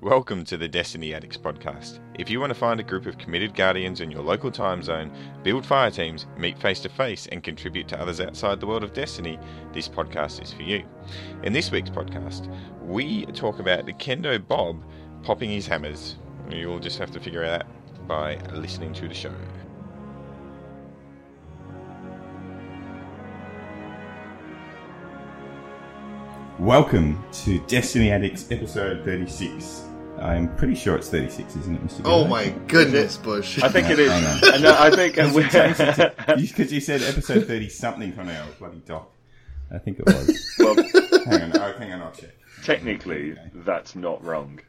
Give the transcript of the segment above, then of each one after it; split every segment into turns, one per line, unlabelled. Welcome to the Destiny Addicts podcast. If you want to find a group of committed guardians in your local time zone, build fire teams, meet face to face, and contribute to others outside the world of Destiny, this podcast is for you. In this week's podcast, we talk about the Kendo Bob popping his hammers. You'll just have to figure out by listening to the show. Welcome to Destiny Addicts episode 36. I'm pretty sure it's 36, isn't it, Mr.
Oh
Gilbert?
my goodness, Bush.
I think it is.
I know.
And uh, I think and we-
Because you, said episode 30 something on our bloody doc. I think it was.
well,
hang on, oh, hang on, I'll check.
technically that's not wrong.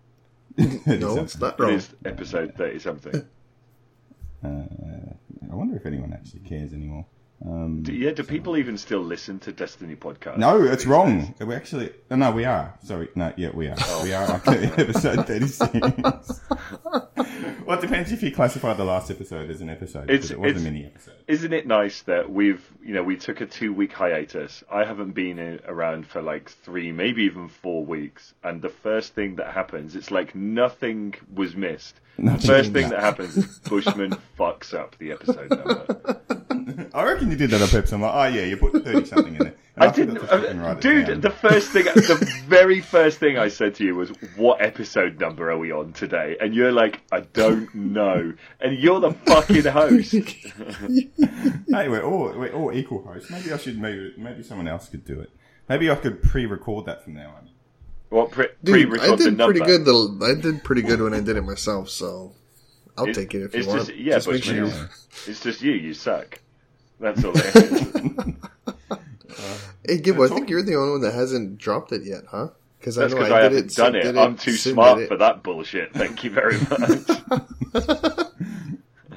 no, it's not
It
wrong.
is episode thirty something.
I wonder if anyone actually cares anymore.
Do, yeah, do people even still listen to Destiny podcast?
No, it's wrong. We actually, oh, no, we are. Sorry, no, yeah, we are.
Oh.
We are up to episode 36. well, it depends if you classify the last episode as an episode.
It's-
because it was
it's-
a mini episode.
Isn't it nice that we've you know we took a two week hiatus? I haven't been in, around for like three, maybe even four weeks, and the first thing that happens, it's like nothing was missed. The first thing that happens is Bushman fucks up the episode number.
I reckon you did that on purpose. I'm like, oh, yeah, you put 30 something in there. And
I
forgot
didn't,
to fucking write it
dude.
down.
The first thing, the very first thing I said to you was, "What episode number are we on today?" And you're like, "I don't know." And you're the fucking host.
Hey, we're all we're all equal hosts. Maybe I should maybe maybe someone else could do it. Maybe I could pre-record that from now on.
What pre-
Dude, I
pre-record the
did
number?
pretty good. The, I did pretty good when I did it myself, so I'll
It-
take it if you
it's
want.
just, yeah,
just
but
make sure you.
it's- It's just you. You suck. That's all. It is.
Hey, Gibbo, I think you're the only one that hasn't dropped it yet, huh? Because
That's
know
because I,
did
haven't
it,
done
Sid
it.
did
I'm too
Sid
smart
did
for
it.
that bullshit. Thank you very much.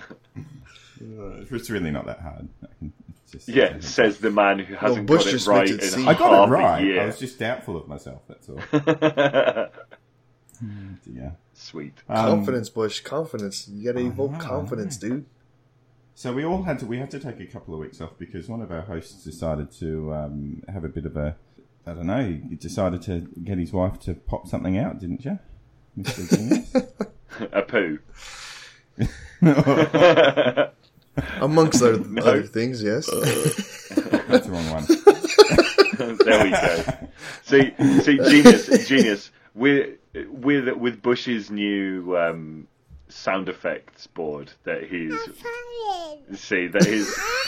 Uh, It's really not that hard. I can it's just,
yeah, says the man who hasn't
Bush
got it
just
right
makes
in
it seem-
I
half
got it
a
right. I
year.
was just doubtful of myself. That's all. yeah.
Sweet.
Ah.
Confidence, Bush. Confidence. You gotta evoke
know, I
confidence, dude.
So we all had to we had to take a couple of weeks off because one of our hosts decided to um, have a bit of a I don't know. He decided to get his wife to pop something out, didn't you, Mister Genius?
A poo.
Amongst other,
No. Uh.
other things, yes.
That's the wrong one.
there we go. See, see, genius, genius. With with with Bush's new um, sound effects board that he's see that is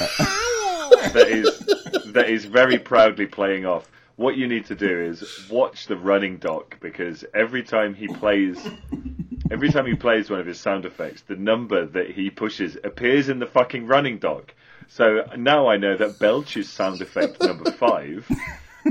that is that is very proudly playing off. What you need to do is watch the running doc because every time he plays, every time he plays one of his sound effects, the number that he pushes appears in the fucking running doc. So now I know that Belch is sound effect number five,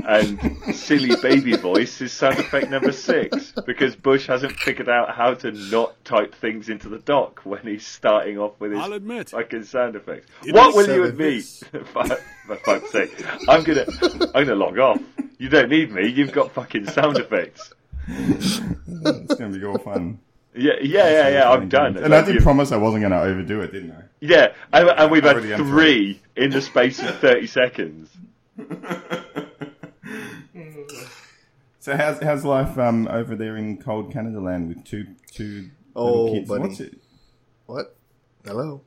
and silly baby voice is sound effect number six because Bush hasn't figured out how to not type things into the doc when he's starting off with his
I'll admit.
fucking sound effects. what will you
seven.
admit? for, for fuck's sake, I'm gonna I'm gonna log off. You don't need me. You've got fucking sound effects.
It's going to be all fun.
Yeah, yeah, yeah, yeah. I'm done.
And I
Like,
did
you-
promise I wasn't going to overdo it, didn't I?
Yeah, and, and we've
I
had
already am
three in the space of thirty seconds.
So how's how's life um, over there in cold Canada land with two two
Oh,
little kids?
buddy.
What's it?
What? Hello?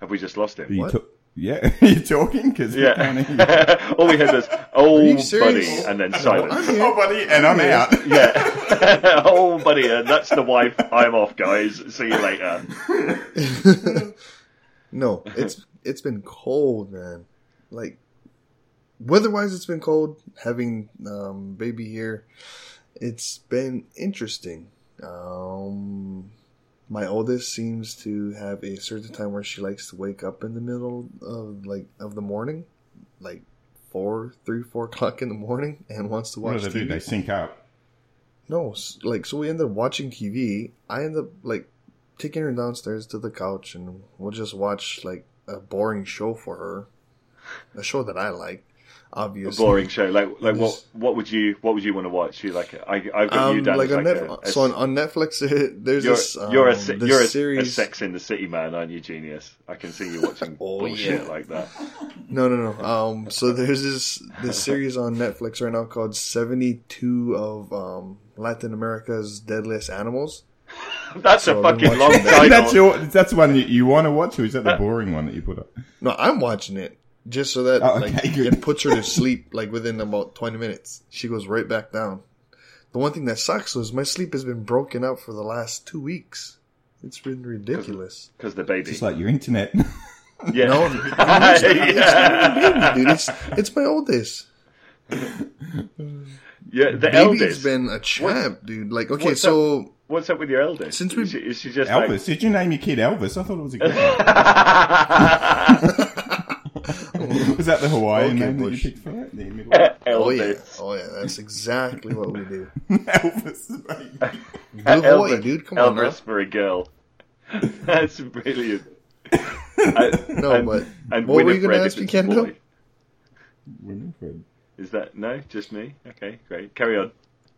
Have we just lost
Are
him?
you
What?
ta- yeah, are you talking? Because we can't hear you.
Yeah. All we heard was "Oh,
you
buddy,"
serious?
and then silence.
Oh, buddy, and I'm out.
Yeah. oh, buddy, and that's the wife. I'm off, guys. See you later.
No, it's it's been cold, man. Like weather-wise, it's been cold. Having um, baby here, it's been interesting. Um, my oldest seems to have a certain time where she likes to wake up in the middle of like of the morning, like four, three, four o'clock in the morning, and wants to
What do
watch
they do?
TV.
They sync up.
No, s- like so we end up watching TV. I end up like taking her downstairs to the couch, and we'll just watch like a boring show for her, a show that I like,
A
obviously.
boring show. Like, like what?
This-
What would you? What would you want to watch? You like? I, I've got you
Um,
down
like
as
on
like
Netflix.
a, a
so on, on Netflix, there's
You're,
this. Um,
you're, a, se-
this
you're a, a
series.
Sex in the City man, aren't you, genius? I can see you watching
Oh,
bullshit
yeah.
like that.
No, no, no. Um, so there's this this series on Netflix right now called Seventy Two of um Latin America's Deadliest Animals.
That's
So
a
I've been
fucking long
watching-
title.
that's your, that's the one you, you want to watch, or is that
Uh,
the boring one that you put up?
No, I'm watching it just so that
Oh,
like,
okay, good.
it puts her to sleep like within about 20 minutes. She goes right back down. The one thing that sucks was my sleep has been broken up for the last two weeks. It's been ridiculous.
Because the baby.
Just like your internet.
yeah.
No, it's, it's not my baby, dude. It's, it's my oldest.
yeah, the
Baby's
eldest.
been a champ, dude. Like, okay,
what's
so
What's up with your eldest?
Since we-
is, she, is she just
Elvis?
like
Did you name your kid Elvis? I thought it was a girl. was that the Hawaiian
Okay,
name that you
Bush.
picked for it? The middle-
Oh yeah,
eldest?
oh yeah, that's exactly what we do.
Elvis. mate.
Blue Hawaii,
Elvis-
dude, come on, now.
Elvis for a girl. That's brilliant. I-
No,
and-
but
and
what were you
Winifred
gonna
if
ask me,
it's a
Kendall?
boy.
Winifred.
Is that no? Just me? Okay, great. Carry on.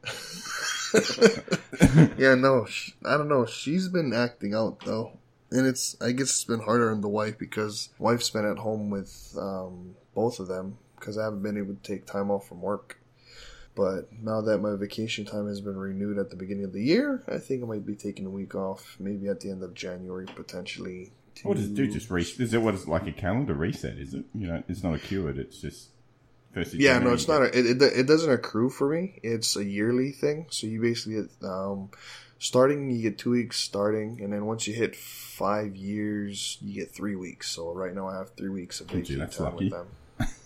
yeah, no, sh- I don't know. She's been acting out though, and it's I guess it's been harder on the wife because wife's been at home with um, both of them because I haven't been able to take time off from work. But now that my vacation time has been renewed at the beginning of the year, I think I might be taking a week off, maybe at the end of January potentially. to-
What does it do? Oh, Just re- is it what is it, like a calendar reset? Is it? You know, it's not a cured. It's just first. of
Yeah,
January,
no, it's
you
not.
get-
A, it, it it doesn't accrue for me. It's a yearly thing. So you basically get um, starting, you get two weeks starting, and then once you hit five years, you get three weeks. So right now I have three weeks of
Gee,
vacation
that's
time with them. Yeah.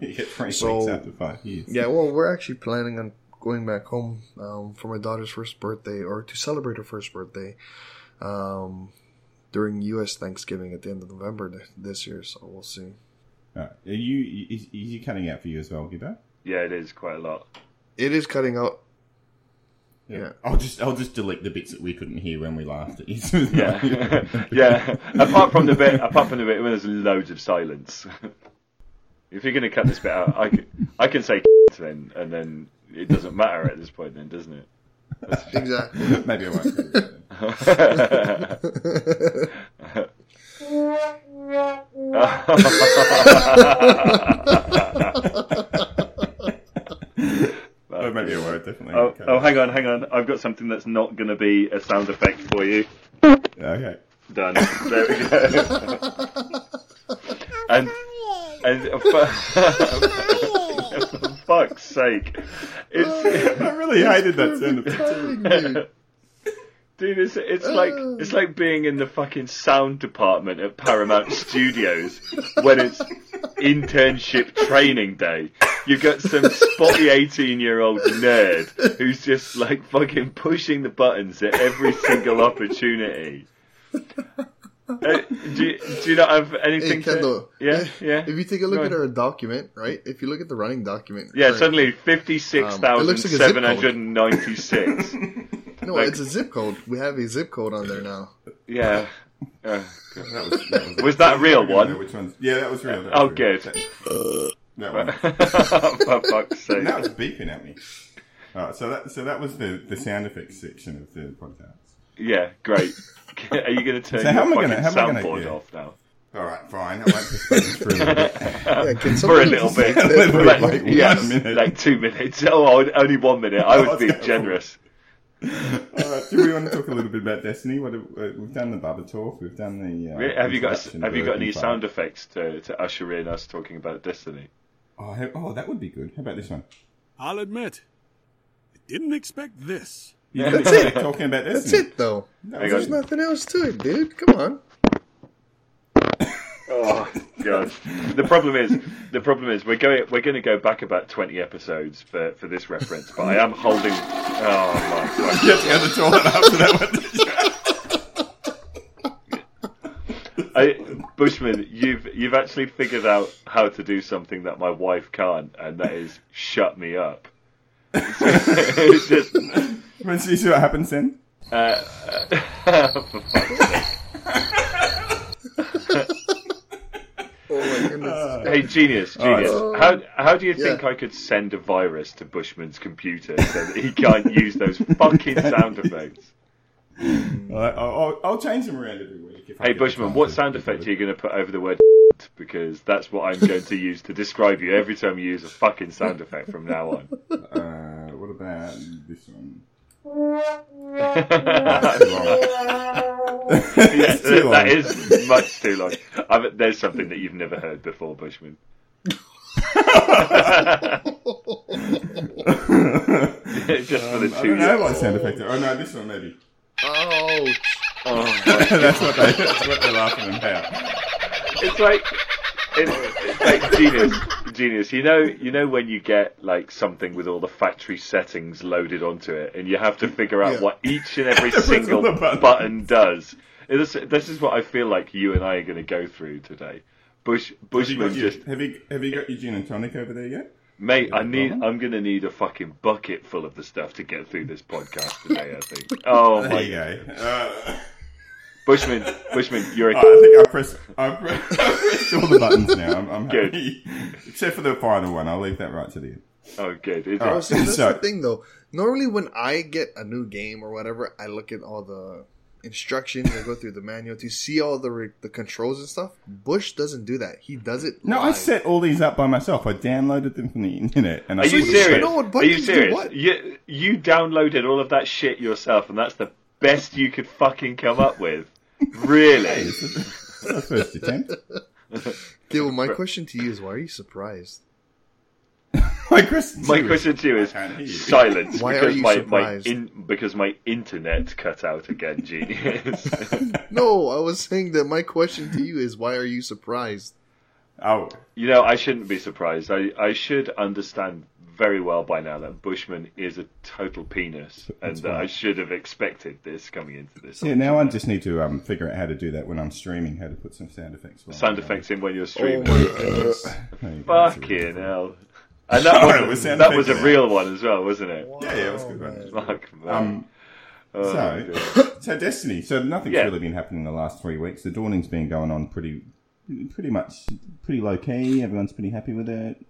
You get three
So-
weeks after five years.
yeah, well, we're actually planning on going back home um, for my daughter's first birthday or to celebrate her first birthday um, during U.S. Thanksgiving at the end of November th- this year. So we'll see.
All right. Are you is, is you cutting out for you as well, Gibbo?
Yeah, it is quite a lot.
It is cutting out. Yeah.
I'll just I'll just delete the bits that we couldn't hear when we laughed at you.
Yeah, yeah. Apart from the bit, apart from the bit where there's loads of silence. if you're going to cut this bit out, I can, I can say then, and then it doesn't matter at this point, then, doesn't it?
Exactly.
Maybe I won't. do that then. Oh, maybe I won't. Definitely.
Oh,
Okay.
oh, hang on, hang on. I've got something that's not going to be a sound effect for you.
Okay.
Done. There we go. and and for, for fuck's sake, it's
I really hated that sound effect.
dude, it's it's like it's like being in the fucking sound department at Paramount Studios when it's internship training day. You've got some spotty eighteen-year-old nerd who's just like fucking pushing the buttons at every single opportunity. Uh, do, you, do you not have anything to?
Kendall. eh,
Yeah, yeah.
If you take a look
Go
at
on.
our document, right? If you look at the running document,
Yeah,
right,
suddenly 56,796.
no,
like-
it's a zip code. We have a zip code on there now.
yeah. Uh, God.
That was, that was,
was that a
I
real
don't know
one?
which one's. Yeah, that was real. That was
Oh,
real.
good.
That, that one.
For fuck's sake.
That was beeping at me. All right, so that so that was the, the sound effects section of the podcast.
Yeah, great. Are you going to turn
So how am
your
I
fucking
gonna- how am I gonna-
soundboard
yeah.
off now?
All right, fine. I won't postpone this for a little bit.
Yeah, can somebody just-
For a little bit.
A little bit,
like,
like one
yes,
minute.
like two minutes. Oh, oh, only one minute. I was
Let's
being
go.
generous.
All right, do we want to talk a little bit about Destiny? What have, uh, we've done the Bubba talk. We've done the. Uh,
Have you got
introduction,
Have you got any
Burger
sound
Bar.
effects to, to usher in us talking about Destiny?
Oh, I- oh, that would be good. How about this one?
I'll admit, I didn't expect this.
You
Yeah.
didn't
That's
expect talking about
That's
Destiny.
it, though.
That
Hang
was
There's
it.
on.
nothing else to it, dude. Come on.
Oh god. The problem is the problem is we're going we're going to go back about 20 episodes for for this reference, but I am holding Oh my god.
Get the other toilet after that one.
I, Bushman, you've you've actually figured out how to do something that my wife can't and that is shut me up. it's just
Well, see, see what happens then.
for fuck's sake.
Oh my goodness.
Hey genius,
All right.
genius. How how do you
Yeah.
think I could send a virus to Bushman's computer so that he can't use those fucking sound effects?
All right, I'll, I'll, I'll change them around every week. If I
Hey
get the
Bushman,
time
what
to-
sound
to do
effect
it.
are you going to put over the word? Because that's what I'm going to use to describe you every time you use a fucking sound effect from now on.
Uh, what about this one?
Yeah,
It's too long.
that is much too long. I bet there's something that you've never heard before, Bushman. Just for the
Um, I
two
don't know
years.
what sound effect. Oh no, this one maybe.
oh,
Oh, my
that's what they. That's what they're laughing about.
it's like it's, it's like genius, genius. You know, you know when you get like something with all the factory settings loaded onto it, and you have to figure out
Yeah.
what each and every single
the buttons.
button does. This, this is what I feel like you and I are going to go through today.
Have
Bush,
you, got
Bushman
your,
just
have you have you got your gin and tonic over there yet?
Mate, I
Yeah,
need.
well.
I'm gonna need a fucking bucket full of the stuff to get through this podcast today. I think. Oh
There
my,
you go. Uh,
Bushman, Bushman, you're
Alright, Uh, I
a.
think I press. I press, I pressed all the buttons now. I'm, I'm
Good.
happy, except for the final one. I'll leave that right to the end.
Oh, good. It's
All
oh,
right.
see, that's
So-
the thing though. Normally, when I get a new game or whatever, I look at all the instructions. I go through the manual to see all the re- the controls and stuff. Bush doesn't do that. He does it.
No, I
live.
set all these up by myself. I downloaded them from the internet. And I
Are you
put them-
serious?
know what
Are you
buttons do
serious?
what?
You you downloaded all of that shit yourself, and that's the best you could fucking come up with. Really?
It's the first attempt.
Okay, well, my question to you is, why are you surprised?
My question.
My question to you is
can't hear you.
silence
Why are
because
you
my my
surprised?
in, because my internet cut out again, genius.
No, I was saying that my question to you is, why are you surprised?
Oh,
You know, I shouldn't be surprised. I, I should understand very well by now that Bushman is a total penis, and that I should have expected this coming into this.
yeah. Now I just need to um, figure out how to do that when I'm streaming. How to put some sound effects. while
Sound
I'm-
effects in when you're
Oh
streaming.
my goodness.
There you go.
Fucking hell! And that,
Sorry,
was,
with sound
that was a
effects.
real one as well, wasn't it?
Yeah, yeah, it was a good one.
Fuck, man.
Um,
Oh,
so-
dear.
So Destiny. So nothing's
Yeah.
really been happening in the last three weeks. The dawning's been going on pretty, pretty much, pretty low key. Everyone's pretty happy with it.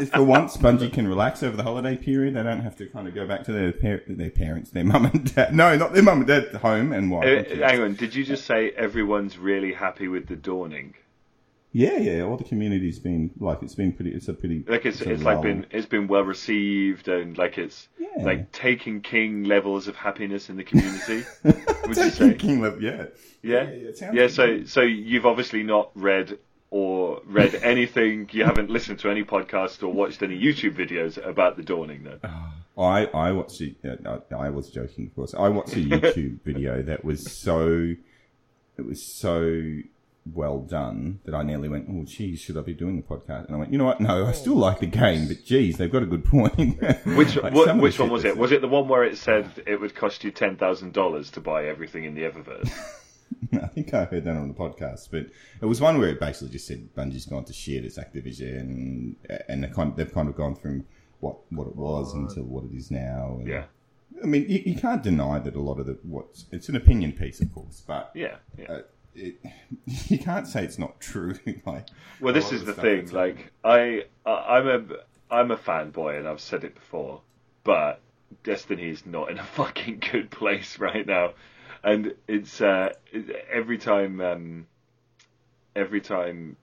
If For once, Bungie can relax over the holiday period. They don't have to kind of go back to their par- their parents, their mum and dad. No, not their mum and dad. Home and wife.
Uh,
and kids.
hang on, did you just say everyone's really happy with the dawning?
Yeah, yeah. All the community's been like it's been pretty. It's a pretty
Like it's
a
it's like
lull.
been it's been well received, and like it's
Yeah.
like taking king levels of happiness in the community. would you say?
Taking King Lip, yeah. yeah,
Yeah.
it
Yeah.
sounds good.
so so you've obviously not read or read anything. You haven't listened to any podcast or watched any YouTube videos about the dawning, though.
I I watched it. Uh, I I was joking, of course. I watched a YouTube video that was so it was so well done that I nearly went, "Oh, geez, should I be doing the podcast?" And I went, "You know what?
Oh,
No, I still like the game, but geez, they've got a good point."
Which
Like,
what,
some of the
which
shit
one was
they
it?
said-
Was it the one where it said it would cost you ten thousand dollars to buy everything in the Eververse?
I think I heard that on the podcast, but it was one where it basically just said Bungie's gone to shit. It's Activision, and they've kind they've kind of gone from what what it was into what it is now. And-
Yeah.
I mean, you, you can't deny that a lot of the what's it's an opinion piece, of course, but
Yeah. yeah.
uh, it, you can't say it's not true. like,
Well,
a
this
lot
is
of
the
stuff
thing.
that's-
Like, I, I, I'm a, I'm a fanboy, and I've said it before, but Destiny is not in a fucking good place right now, and it's uh, every time, um, every time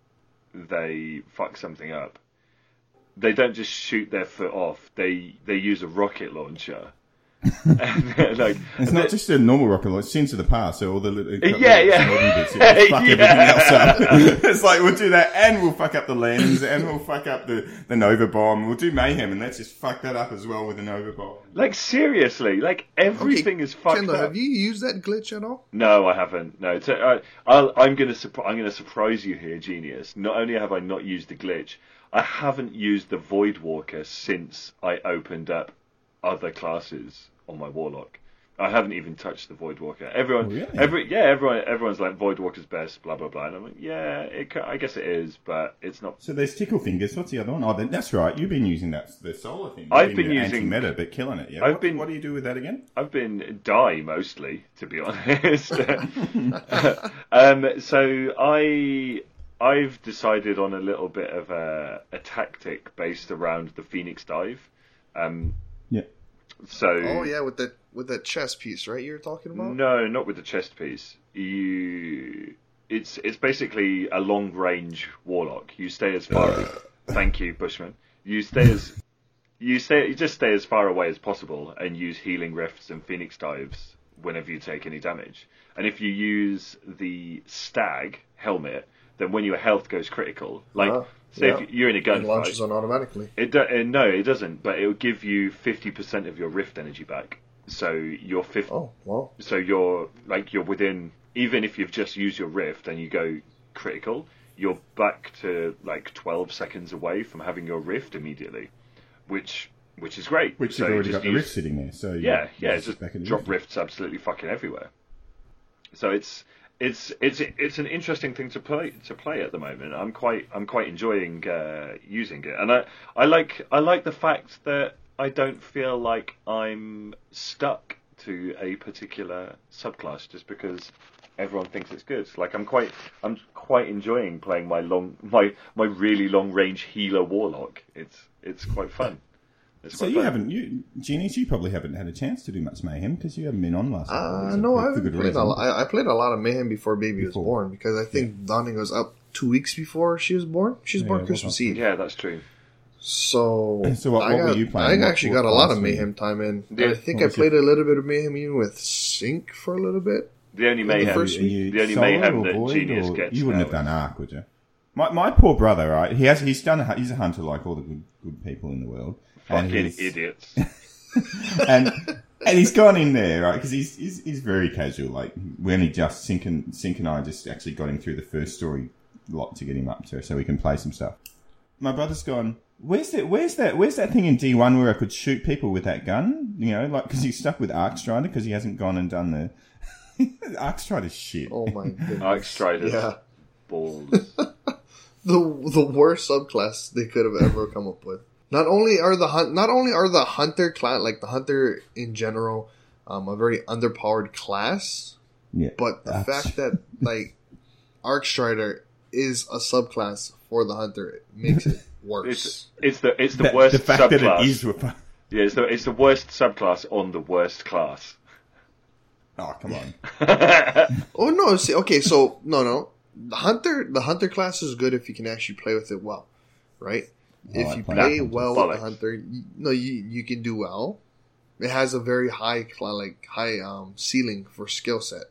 they fuck something up, they don't just shoot their foot off. They they use a rocket launcher. and they're like
it's not just a normal rocket launch. Sins of the past, so all the little
Yeah, yeah.
modern bits, yeah, just fuck
Yeah.
everything else up. it's like we'll do that, and we'll fuck up the lens, and we'll fuck up the the Nova bomb. We'll do mayhem, and let's just fuck that up as well with the Nova bomb.
like seriously like everything is fucked
Kendall,
up.
have you used that glitch at all?
No, I haven't. No, so, uh, I'll, I'm going to surpri- I'm going to surprise you here, genius. Not only have I not used the glitch, I haven't used the Void Walker since I opened up other classes on my warlock. I haven't even touched the Void Walker. Everyone,
Really?
every yeah, everyone, everyone's like Void Walker's best, blah blah blah. And I'm like, yeah, it, ca- I guess it is, but it's not.
So there's tickle fingers. What's the other one? Oh, then- that's right. You've been using that the solar thing. You've
I've been
the
using-
anti-meta, but killing it. Yeah.
I've
what,
been-
What do you do with that again?
I've been die mostly, to be honest. um, so I I've decided on a little bit of a, a tactic based around the Phoenix dive. Um,
Yeah.
so
Oh yeah, with that with that chess piece, right? You're talking about.
no, not with the chest piece. You it's it's basically a long range warlock. You stay as far. thank you, Bushman. You stay as you stay, you just stay as far away as possible and use healing rifts and phoenix dives whenever you take any damage. And if you use the stag helmet, then when your health goes critical, like
Ah,
say
yeah.
if you're in a
It launches
gunfight,
on automatically.
it, do, uh, no, it doesn't, but it will give you fifty percent of your rift energy back. So your fifth,
Oh, well.
so you're like you're within even if you've just used your rift and you go critical you're back to like 12 seconds away from having your rift immediately which which is great
Which
So
you've already got
just
the
use-
rift sitting there, so
yeah yeah
it's
just
back in the
drop
rift.
rifts absolutely fucking everywhere so it's it's it's it's an interesting thing to play to play at the moment. I'm quite I'm quite enjoying uh, using it, and I I like I like the fact that I don't feel like I'm stuck to a particular subclass just because everyone thinks it's good. Like I'm quite I'm quite enjoying playing my long my my really long range healer warlock. It's it's quite fun. It's
So
quite
you
fun.
haven't, you, Genius, you probably haven't had a chance to do much mayhem because you haven't been on last.
Uh,
week,
no,
for-
I
for
haven't
good
played
reason.
a lot. I, I played a lot of Mayhem before
Before.
Baby was born because I think Donnie was up two weeks before she was born. She was
Yeah,
born
well
Christmas
done.
Eve.
Yeah, that's true.
So,
So what-
I
what
got,
were you playing?
I
What-
actually
what
got a lot
class
of
were you?
Mayhem time in.
Yeah.
I think
What
I
was
played a little bit of Mayhem even with Sync for a little bit.
The only
the
mayhem.
first
And you
The only
solo
mayhem
or
that
void,
Genius
or-
gets
You wouldn't
now
have done
is-
Ark, would you? My, my poor brother, right? He has he's done a, hu- he's a hunter like all the good, good people in the world, and
Fucking
he's-
idiots.
and and he's gone in there right because he's, he's he's very casual. Like when he just Sink and Sink and I just actually got him through the first story lot to get him up to so we can play some stuff. My brother's gone. Where's that? Where's that? Where's that thing in D one where I could shoot people with that gun? You know, like because he's stuck with Arc Strider because he hasn't gone and done the Arc Strider shit.
Oh my goodness.
Arc Strider's
Yeah.
balls.
the the worst subclass they could have ever come up with. Not only are the hunt, not only are the hunter class, like the hunter in general, um, a very underpowered class,
Yeah,
but the
Arc-
fact that like Arcstrider is a subclass for the hunter makes it
It's
worse.
it's the it's the
that-
worst
the fact
subclass.
that it is. rep-
Yeah, it's the, it's the worst subclass on the worst class.
Oh come on!
oh no! See, okay, so no, no, the hunter, the hunter class is good if you can actually play with it well, right?
I
if
like playing
you play
hunters.
well with
Bollocks.
the hunter, you, no, you you can do well. It has a very high cla- like high um, ceiling for skill set,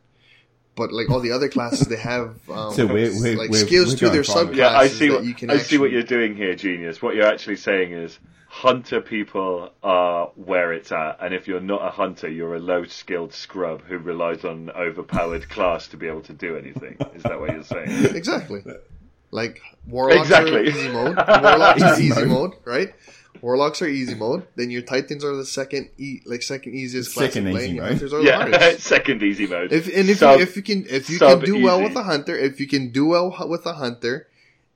but like all the other classes, they have um,
So we're- we're-
like
we're-
skills
we're
to
going
their subclasses
private.
Yeah, I see.
that
What,
you can.
I see what
actually-
you're doing here, genius. What you're actually saying is hunter people are where it's at, and if you're not a hunter, you're a low-skilled scrub who relies on overpowered class to be able to do anything. Is that what you're saying?
Exactly. Like warlocks
Exactly.
are easy mode. Warlocks are
Easy
easy
mode.
mode, right? Warlocks are easy mode. Then your titans are the second, e- like second easiest class
Second
to play.
easy
and your
mode.
hunters are the
Yeah,
hardest.
second easy mode.
Oh, If and if
Sub-
you, if you can if you
sub
can do well
easy.
with a hunter, if you can do well hu- with a hunter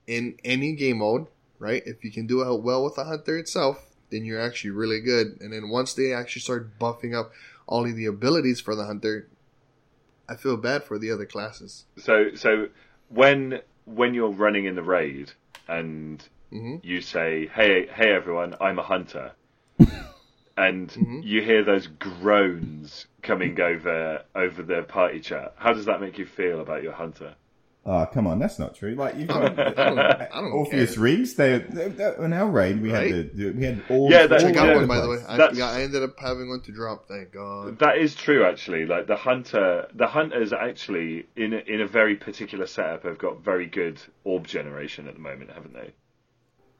in any game mode, right? If you can do well- well with a hunter itself, then you're actually really good. And then once they actually start buffing up all of the abilities for the hunter, I feel bad for the other classes.
So so when when you're running in the raid and
hmm
you say, "Hey, hey, everyone, I'm a hunter," and
Mm-hmm.
you hear those groans coming over over the party chat. How does that make you feel about your hunter?
Oh come on, that's not true. Like you've got
I don't, I
Oh,
don't care.
Orpheus Riggs. They, they, they on our raid we had
Right?
the we had all.
Yeah, that-
all
I got
Yeah.
one by the way. I,
That's-
yeah, I ended up having one to drop. Thank God.
That is true, actually. Like the hunter, the hunters actually in a, in a very particular setup have got very good orb generation at the moment, haven't they?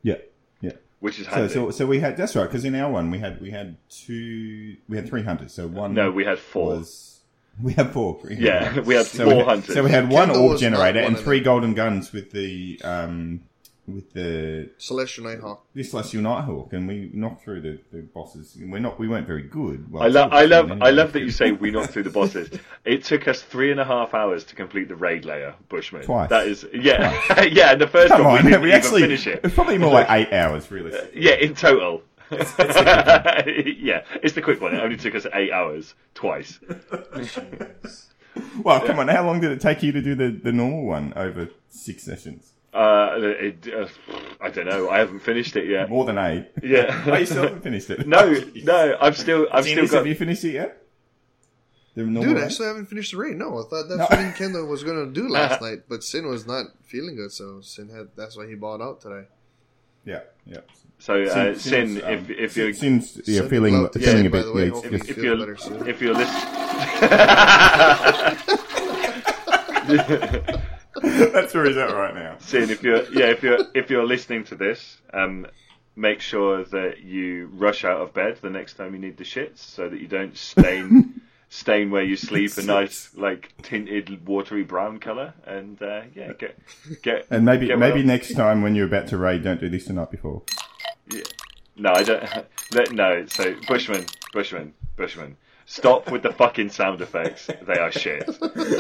Yeah, yeah.
Which is
So,
handy.
so so we had that's right because in our one we had we had two we had three hunters. So one
no, we had four.
was we had four. three
Yeah,
hunters.
we had
So
four
we had-
hunters.
So we had one
Kendall
orb
was not
generator
one
and
of
three
them.
golden guns with the um with the
Celestial Nighthawk.
the celestial nighthawk, and we knocked through the, the bosses. And we're not we weren't very good. Well,
I love,
still
I
good,
love,
anyway.
I love that you say we knocked through the bosses. It took us three and a half hours to complete the raid layer, Bushman.
Twice.
That is, yeah, yeah. And the first
Come on,
one
we,
we didn't even
actually
finish it.
it's probably more like eight hours realistically.
Yeah, in total. yeah, it's the quick one. It only took us eight hours twice.
Well, come on, how long did it take you to do the, the normal one over six sessions?
Uh, it, uh, I don't know. I haven't finished it yet.
More than eight. Oh, you still
Yeah.
haven't finished it?
no, no. I've still, I've still
Genius,
got.
have you finished it yet? The normal
Dude,
one?
I still haven't finished the raid. No, I thought that's
No.
what me and Kendall was gonna do last night, but Sin was not feeling good, so Sin had. That's why he bought out today.
Yeah, yeah.
So uh,
Since-
Sin,
since,
if
um,
if you're
since- since you're
Sin,
feeling
love to
feeling
Sin,
a
by
bit,
the way,
yeah,
hope
it's-
you
if
feel
you're
better
um,
soon.
if you're listening.
that's where he's at right now.
Sin, if you're yeah, if you're if you're listening to this, um, make sure that you rush out of bed the next time you need the shits, so that you don't stain stain where you sleep a nice like tinted watery brown color. And uh, yeah, get get
And maybe
get
maybe
well.
next time when you're about to raid, don't do this the night before.
No, I don't. let- No, so Bushman, Bushman, Bushman. Stop with the fucking sound effects. They are shit.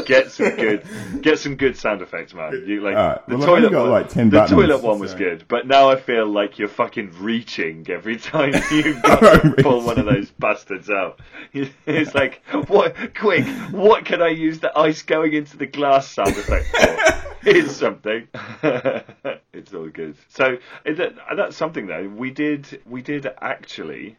Get some good, get some good sound effects, man. You like
Alright,
the
well, I've only
toilet
got,
one.
like, 10
the
buttons,
toilet one was
so-
good, but now I feel like you're fucking reaching every time you
I'm
pull one of
reaching.
those bastards out. It's like, what? Quick, what can I use the ice going into the glass sound effect for? it's something. it's all good. So is that- uh, that's something though. We did we did actually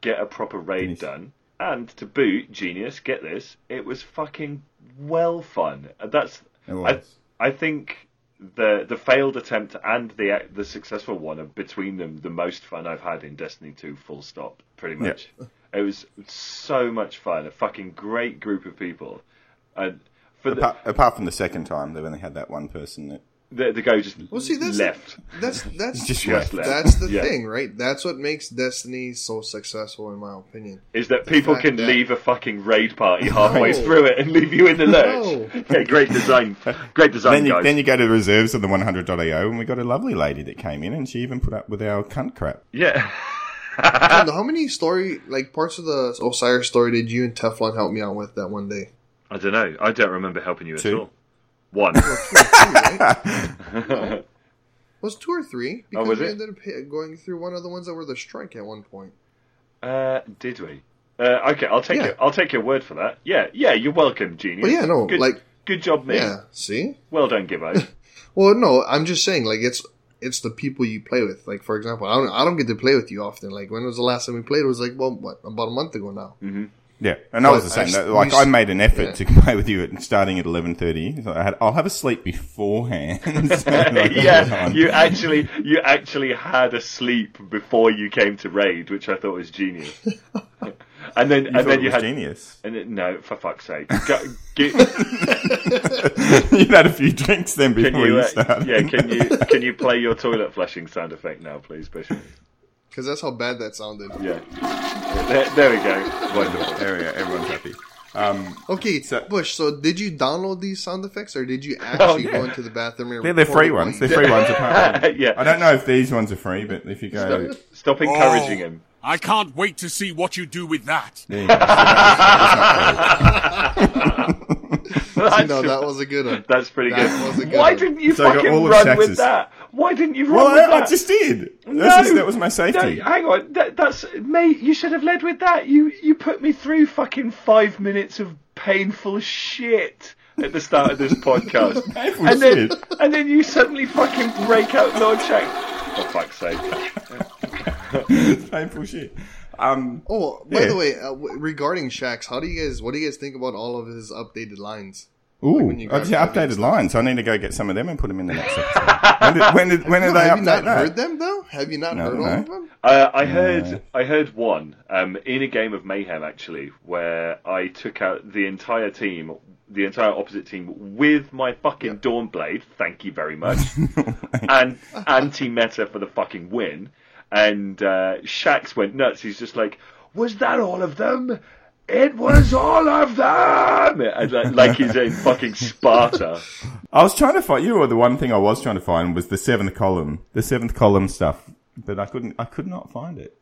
get a proper raid
Nice.
done. And to boot, genius, get this, it was fucking well fun. And That's
It
I,
was.
I think the the failed attempt and the the successful one are between them the most fun I've had in Destiny 2 full stop pretty
Yeah.
much. It was so much fun. A fucking great group of people. And for the,
Apart, apart from the second time, they only had that one person that
the, the guy just
Well, see, that's
left.
That's that's
Just
left.
that's the
Yeah.
thing, right? That's what makes Destiny so successful, in my opinion.
is that people
fact
can
that-
leave a fucking raid party halfway
No.
through it and leave you in the lurch.
No.
Yeah, great design. Great design,
then you,
guys.
then you go to the reserves of the 100.io, E and we got a lovely lady that came in, and she even put up with our cunt crap.
Yeah.
And how many story like parts of the Osiris story did you and Teflon help me out with that one day?
I don't know. I don't remember helping you at
Two.
all. One.
It was two or three
Oh,
because
was
we
it?
ended up hit- going through one of the ones that were the strike at one point.
uh, did we? Uh, okay, I'll take
Yeah.
your, I'll take your word for that. Yeah, yeah, you're welcome, genius.
But yeah, no,
good,
like
good job, me.
yeah, see,
Well done, Gibbo.
Well, no, I'm just saying, like it's it's the people you play with. Like for example, I don't I don't get to play with you often. Like when was the last time we played? It was like well, what about a month ago now.
Mm. Yeah, and I
Well,
was the
I
same.
s-
though. like
we s-
I made an effort to
yeah.
play with you at starting at eleven thirty. So I had, I'll have a sleep beforehand. So, like,
yeah,
hold on.
you actually you actually had a sleep before you came to raid, which I thought was genius. and then
You
and
thought
then
it
you
was
had
genius.
and then- no, for fuck's sake, Go, gi-
you had a few drinks then
Can
before you,
you, uh,
started.
yeah, can you can you play your toilet flushing sound effect now, please, Bishop?
Because that's how bad that sounded.
Yeah, there, there we go. Wonderful.
There we go. Everyone's happy. Um,
Okay,
So- Oh,
Bush. So did you download these sound effects, or did you actually
yeah.
go into the bathroom? And
they're, they're
record
free
it while
ones.
you-
They're free ones. Apart from,
yeah,
I don't know if these ones are free, but if you go,
Stop, stop encouraging
Oh.
him.
I can't wait to see what you do with that.
there you go. So that was- that was not free.
See,
That's,
no, that was a good one.
that's pretty
that
good.
was a good
Why
one.
didn't you
So I got
fucking
all the
run with
taxes.
that? Why didn't you run
Well,
with
I,
that?
I just did.
No.
This is, that was my
No,
safety.
hang on. That, that's mate. You should have led with that. You you put me through fucking five minutes of painful shit at the start of this podcast,
Painful
and then
shit.
and then you suddenly fucking break out Lord Shank. For fuck's sake!
Painful shit. Um,
Oh, by
Yeah.
the way, uh, w- regarding Shax, how do you guys? What do you guys think about all of his updated lines?
Ooh,
when you
I've
grab
yeah,
something.
updated lines. I need to go get some of them and put them in the next episode. when did, when did, when did
No,
they update
have you not
that?
heard them though? Have you not
No,
heard
no.
all of them?
Uh, I heard I heard one um, in a game of mayhem actually, where I took out the entire team, the entire opposite team, with my fucking Dawnblade. Thank you very much. and anti-meta for the fucking win. And uh, Shax went nuts. He's just like, "Was that all of them? It was all of them!" And like, like he's in fucking Sparta.
I was trying to find you. Or the one thing I was trying to find was the seventh column, the seventh column stuff, but I couldn't. I could not find it.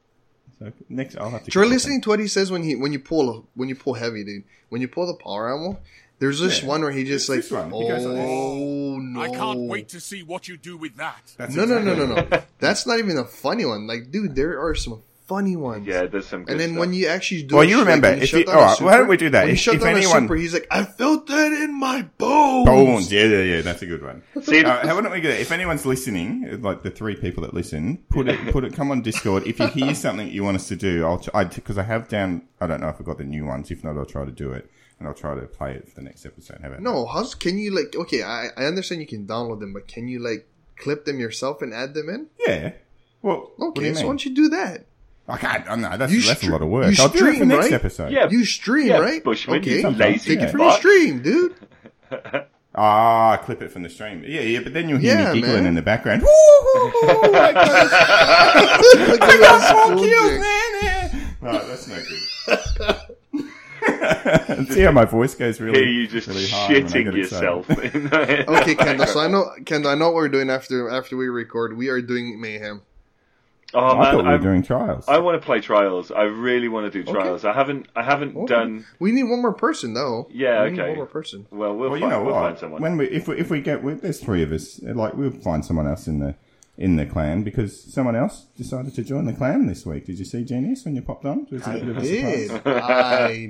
So next, I'll have to.
You're listening to what he says when he when you pull when you pull heavy, dude. When you pull the power ammo, there's this
Yeah.
one where he just
It's this
like,
one. He goes like this.
oh no,
I can't wait to see what you do with that.
That's
No, no, no,
exactly-
no, no. That's not even a funny one. Like, dude, there are some funny ones.
Yeah, there's some. Good
And then
stuff.
when you actually do,
Well,
a
you
sh-
remember,
when
if
shut
you-
down
all
a
right, why don't we do that?
When you
If-
shut
if
down a
anyone-
super, he's like, I felt that in my bones.
Bones. Oh, Yeah, yeah, yeah. That's a good one.
See,
Uh, how wouldn't we get it? If anyone's listening, like the three people that listen, put it, put it. Come on Discord. If you hear something you want us to do, I'll try because I have down. I don't know if I got the new ones. If not, I'll try to do it and I'll try to play it for the next episode. Have it?
No, how's can you like? Okay, I I understand you can download them, but can you like clip them yourself and add them in?
Yeah. Well, what do
Okay,
you
so why
mean?
don't you do that?
I can't. I'm not, that's,
You
that's a
stre-
lot of work.
you
I'll do it for
stream,
next
right?
episode.
Yeah.
You stream,
yeah,
right?
Bushman,
okay,
you lazy
take it from your
butt.
stream, dude.
Ah, clip it from the stream. Yeah, yeah. But then you'll hear
Yeah,
me giggling
man.
in the background. Woo, hoo, hoo, I got-
Like a
I got
little
four
school
kills,
chick.
man. Yeah. No, that's no good. See how my voice goes really,
Here you just
really high when I get excited.
shitting yourself. in the-
Okay, Kendall. So I know, Kendall. I know what we're doing after after we record. We are doing mayhem.
oh
I thought
man,
we were
I'm,
doing trials.
I want to play trials. I really want to do trials. I haven't. I haven't
Okay.
done.
We need one more person, though.
Yeah,
We need
okay.
one more person.
Well, we'll,
well, you
find,
know
we'll find
what?
someone.
When we if we, if we get we, there's three of us, like we'll find someone else in the in the clan because someone else decided to join the clan this week. Did you see Genius when you popped on? It was a bit of
I
a surprise.
did. I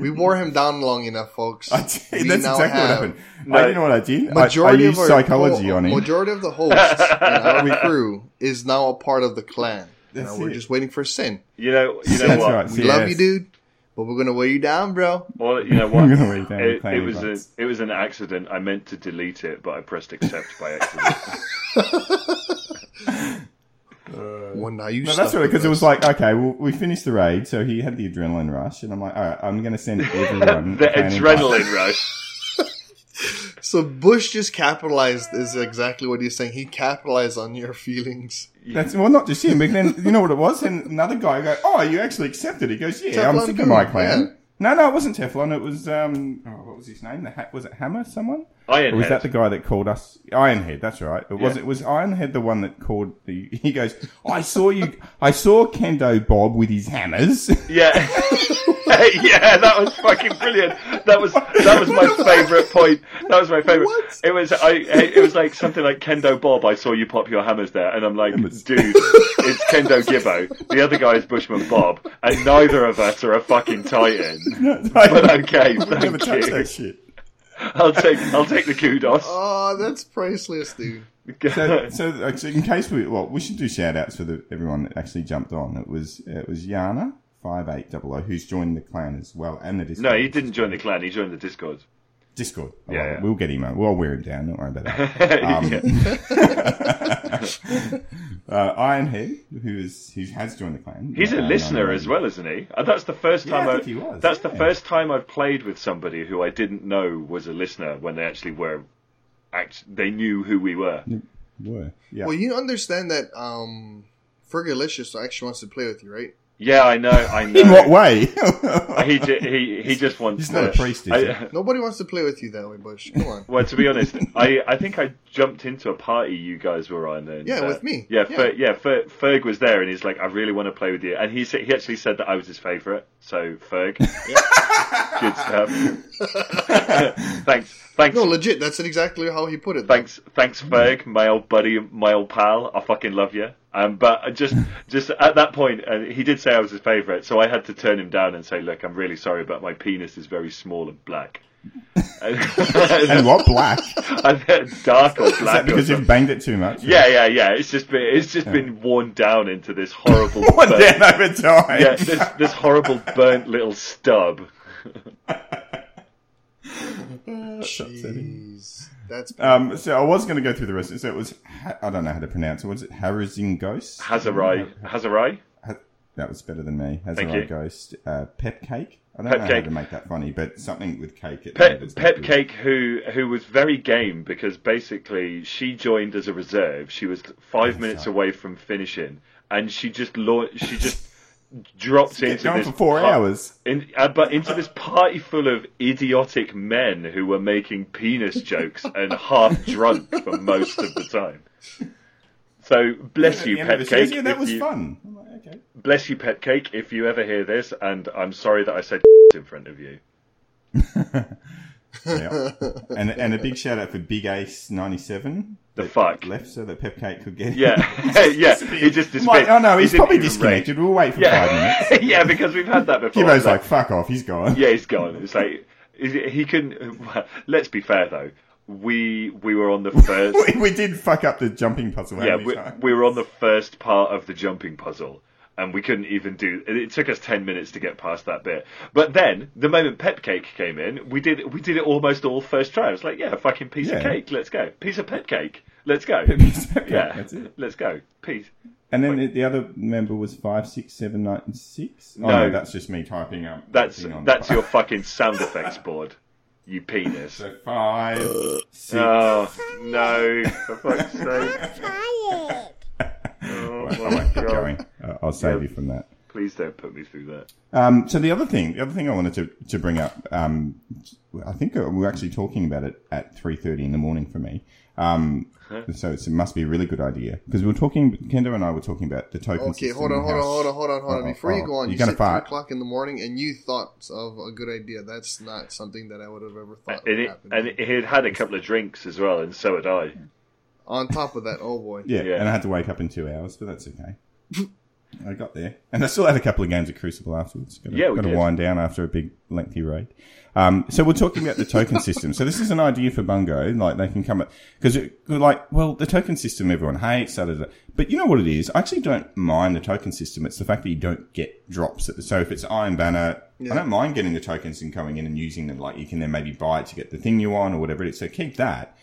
We wore him down long enough, folks.
I did.
We
That's
now
exactly what
have
happened.
No.
I, you know what I did? I, I
Majority
used
of our
psychology
ho-
on him.
Majority of the hosts in our crew is now a part of the clan.
That's
Now we're
it.
just waiting for sin.
you know. You know
That's
what?
right.
We
Yes.
love you, dude, but we're gonna weigh you down, bro.
Well, you know what?
I'm gonna read down the
it,
clan
it was a,
invites.
it was an accident. I meant to delete it, but I pressed accept by accident.
Well, now you.
No, that's
stuck
right, because
with
it
us.
was like, okay, well, we finished the raid, so he had the adrenaline rush, and I'm like, all right, I'm going to send everyone.
the
a clan invite.
adrenaline rush.
So Bush just capitalized is exactly what he's saying. He capitalized on your feelings.
That's well, not just him, but then you know what it was. And another guy go, "Oh, you actually accepted." He goes, "Yeah, I'm
Teflon
sick of my
Doom,
clan."
yeah.
No, no, it wasn't Teflon. It was um, oh, what was his name? The ha- was it Hammer? Someone? Or was
Ironhead.
that the guy that called us Ironhead? That's right. It was. It was Ironhead the one that called the. He goes, "I saw you. I saw Kendo Bob with his hammers."
Yeah, yeah, that was fucking brilliant. That was that was my favourite point. That was my favourite.
What?
It was I. It was like something like Kendo Bob. I saw you pop your hammers there, and I'm like,
Hammers.
dude, it's Kendo Gibbo. The other guy is Bushman Bob, and neither of us are a fucking titan. But okay,
I never
thank
touched
you.
that shit.
I'll take I'll take the kudos.
Oh, that's priceless, dude.
so,
Uh,
so actually, in case we well, we should do shout outs for the, everyone that actually jumped on. It was it was Yana five eight double O who's joined the clan as well and the Discord.
no, he didn't join the clan. He joined the Discord.
Discord.
Yeah,
Oh,
yeah.
we'll get him. out. We'll wear him down. Don't worry about that. Um,
Yeah.
uh, Ironhead, who is who has joined the clan.
He's a
Um,
listener as well, isn't he? Uh, That's the first
Yeah, I
time.
think he was,
that's the
yeah.
first time I've played with somebody who I didn't know was a listener when they actually were. Act, they knew who we were.
Were. Yeah.
Well, you understand that um, Fergalicious actually wants to play with you, right?
Yeah, I know. I
in what
know.
way?
he, ju- he he just wants.
He's not
to-
a priest, is
I-
he?
Nobody wants to play with you that way, Bush. Come on.
well, to be honest, I, I think I jumped into a party you guys were on. And,
Yeah,
uh,
with me.
Yeah,
Yeah.
Fer- yeah. Fer- Ferg was there, and he's like, "I really want to play with you." And he said, he actually said that I was his favorite. So Ferg, good stuff. thanks, thanks.
No, legit. That's exactly how he put it.
Thanks, thanks,
Mm.
Ferg, my old buddy, my old pal. I fucking love you. Um, but I just, just at that point, uh, he did say I was his favourite, so I had to turn him down and say, "Look, I'm really sorry, but my penis is very small and black." and
and what black?
then dark or
Is that
black? or
because you've
something.
banged it too much?
yeah, yeah, yeah. It's just been, it's just been worn down into this horrible,
One
burnt-
down over time.
yeah, this this horrible burnt little stub.
Jeez, that's
Uh,
Um, so I was going to go through the rest. So it was, Ha- I don't know how to pronounce it. Was it Harazin Ghost?
Hazarai,
Mm.
Hazarai.
Ha- that was better than me.
you.
Hazarai Ghost. Uh, pep Cake? I don't
Pep
know how
Cake.
to make that funny, but something with cake. At the end
Pep,
is
Pep
good.
Cake, who who was very game because basically she joined as a reserve. She was five minutes away from finishing, and she just launched. She just dropped
Kept
into
going
this
for four
par-
hours.
In, uh, but into this party full of idiotic men who were making penis jokes and half drunk for most of the time. So bless
At
you,
the end of
Pep
the
Cake.
series, Yeah, that
if
was
you-
fun. I'm like, okay.
Bless you, Pet Cake. If you ever hear this, and I'm sorry that I said in front of you.
Yeah. and and a big shout out for Big Ace ninety seven.
The fuck.
left so that Pep Cake could get.
Yeah, yeah. He just
I'm like,
disappeared.
oh no,
He
he's
didn't
probably
even rate.
disconnected. We'll wait for five minutes.
Yeah, yeah, because we've had that before.
Gibbo's
Like,
like, fuck off, he's gone.
yeah, he's gone. It's like is it- he couldn't. well, Let's be fair though. We we were on the first.
We, we did fuck up the jumping puzzle. how
yeah,
many
we,
times?
we were on the first part of the jumping puzzle, and we couldn't even do. It took us ten minutes to get past that bit. But then, the moment Pep Cake came in, we did we did it almost all first try. I was like, yeah, fucking piece of
Yeah.
cake, let's go. Piece of Pep Cake, let's go. yeah,
That's it.
let's go. Peace.
And then the, the other member was five, six, seven, nine, and six. Oh,
No.
no, that's just me typing up.
That's
the thing on
that's
the-
your fucking sound effects board. You penis.
So five, six.
Oh no! For fuck's sake! Oh
Right, Oh, I
my
won't keep
god!
going. Uh, I'll save
Yeah.
you from that.
Please don't put me through that.
Um, so the other thing, the other thing I wanted to, to bring up, um, I think we were actually talking about it at three thirty in the morning for me. Um, so it's, it must be a really good idea because we were talking, Kendo and I were talking about the token.
Oh, Okay,
system
hold on,
and
hold
how-
on, hold on, hold on, hold on.
Uh-oh,
Uh,
Before you
uh-oh.
go on,
You're
you
gonna
said
fart.
three o'clock in the morning, and you thought of a good idea. That's not something that I would have ever thought
And,
would
it,
happen.
and he had had a couple of drinks as well, and so had I.
On top of that, oh boy,
Yeah,
Yeah.
and I had to wake up in two hours, but that's okay. I got there, and I still had a couple of games of Crucible afterwards. Got to,
Yeah, we
got to
did.
wind down after a big lengthy raid. Um, so we're talking about the token system. So this is an idea for Bungo, like they can come up because like, well, the token system everyone hates, da, da, da. but you know what it is? I actually don't mind the token system. It's the fact that you don't get drops. At the, so if it's Iron Banner, I don't mind getting the tokens and going in and using them. Like you can then maybe buy it to get the thing you want or whatever it is. So keep that.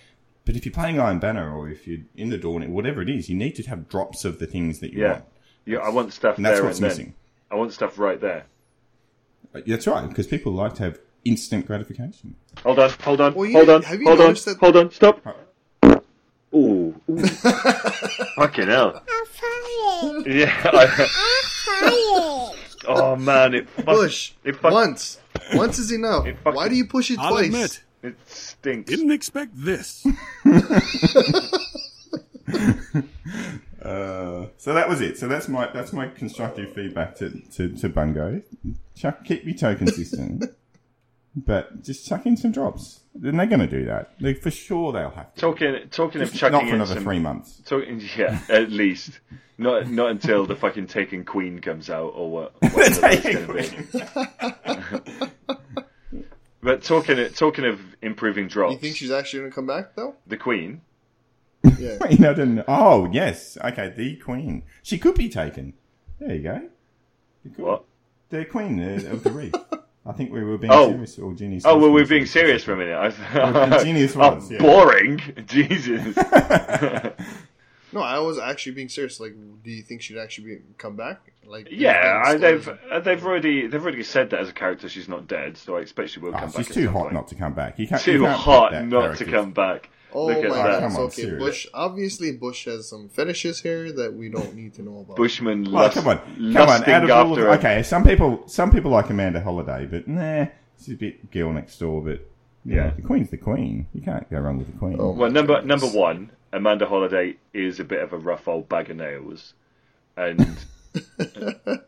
But if you're playing Iron Banner or if you're in the Dawn, whatever it is, you need to have drops of the things that you
Yeah.
want.
Yeah, I want stuff
And that's
there
what's
and then.
missing.
I want stuff right there.
But Uh, That's right, because people like to have instant gratification.
Hold on, hold on,
Well, you-
hold on,
have you
hold on,
noticed that-
hold on, stop. Ooh, ooh. fucking hell! Yeah. I- oh man, it fuck,
push
It fuck,
once. Once is enough.
fucking-
Why do you push it
I'll
twice?
admit,
It stinks.
didn't expect this.
Uh, so that was it. So that's my that's my constructive feedback to, to, to Bungo. Chuck, keep your token system, but just chuck in some drops. Then they're going to do that. They, for sure they'll have to.
Talking, talking of
Not
chucking
for
in
another
some
three months.
So yeah, at least not not until the fucking Taken Queen comes out or what.
The
whatever that's
Taken
gonna be. but talking talking of improving drops,
You think she's actually going to come back though?
the Queen.
Yeah.
Wait, no, I didn't- Oh, yes. Okay, the queen. She could be taken. There you go. You could.
What?
The Queen uh, of the Reef. I think we were being
Oh.
serious, or Ginny's.
Oh well, we're being serious for a minute. I
the genius ones,
oh,
yeah.
boring. Jesus.
No, I was actually being serious. Like, do you think she'd actually be, come back? Like,
Yeah, I,
like,
they've uh, they've already they've already said that as a character she's not dead, so I expect she will come
Oh,
back.
she's
at
too
some
hot
point.
not to come back. You can't, you
Too
can't
hot
put that
not to
character-
come back.
Oh
Look
my
at
god!
that.
Come on,
okay,
serious.
Bush. Obviously, Bush has some fetishes here that we don't need to know about.
Bushman
Well,
lust,
Oh, come on, come on.
lusting
Out of
after
all of,
her.
okay, some people, some people like Amanda Holiday, but nah, she's a bit girl next door. But yeah,
Yeah.
the Queen's the Queen. You can't go wrong with the Queen.
Oh. my
Well, number
goodness.
number one, Amanda Holiday is a bit of a rough old bag of nails, and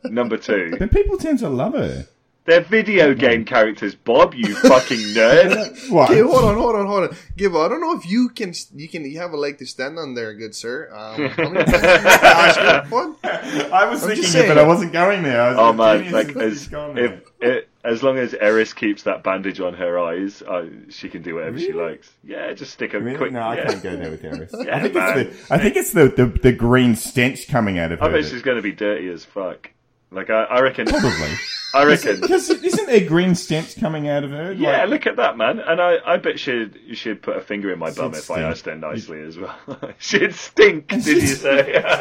number two,
But people tend to love her.
they're video game characters. Bob, you fucking nerd.
What?
Okay, hold on, hold on, hold on. Gibbo, I don't know if you can you can you have a leg to stand on there, good sir. Um, how many times have you asked that one?
I was
I'm just
thinking it, but I
saying.
wasn't going there. I was
Oh man,
Ginny's-
like
she's
as
gone
if
now.
it, as long as Eris keeps that bandage on her eyes, I, she can do whatever she
Really?
likes. Yeah, just stick a
Really?
quick.
no, I
yeah.
can't go there with Eris.
Yeah,
I think
man.
it's the I think it's the, the, the green stench coming out of her.
I bet
that-
she's going to be dirty as fuck. Like I, I reckon.
Probably.
I reckon.
Because isn't there green stench coming out of her? Like-
Yeah, look at that, man. And I, I bet she'd, she'd put a finger in my bum
She'd
if I
stink.
asked her nicely as well. she'd stink, did you say?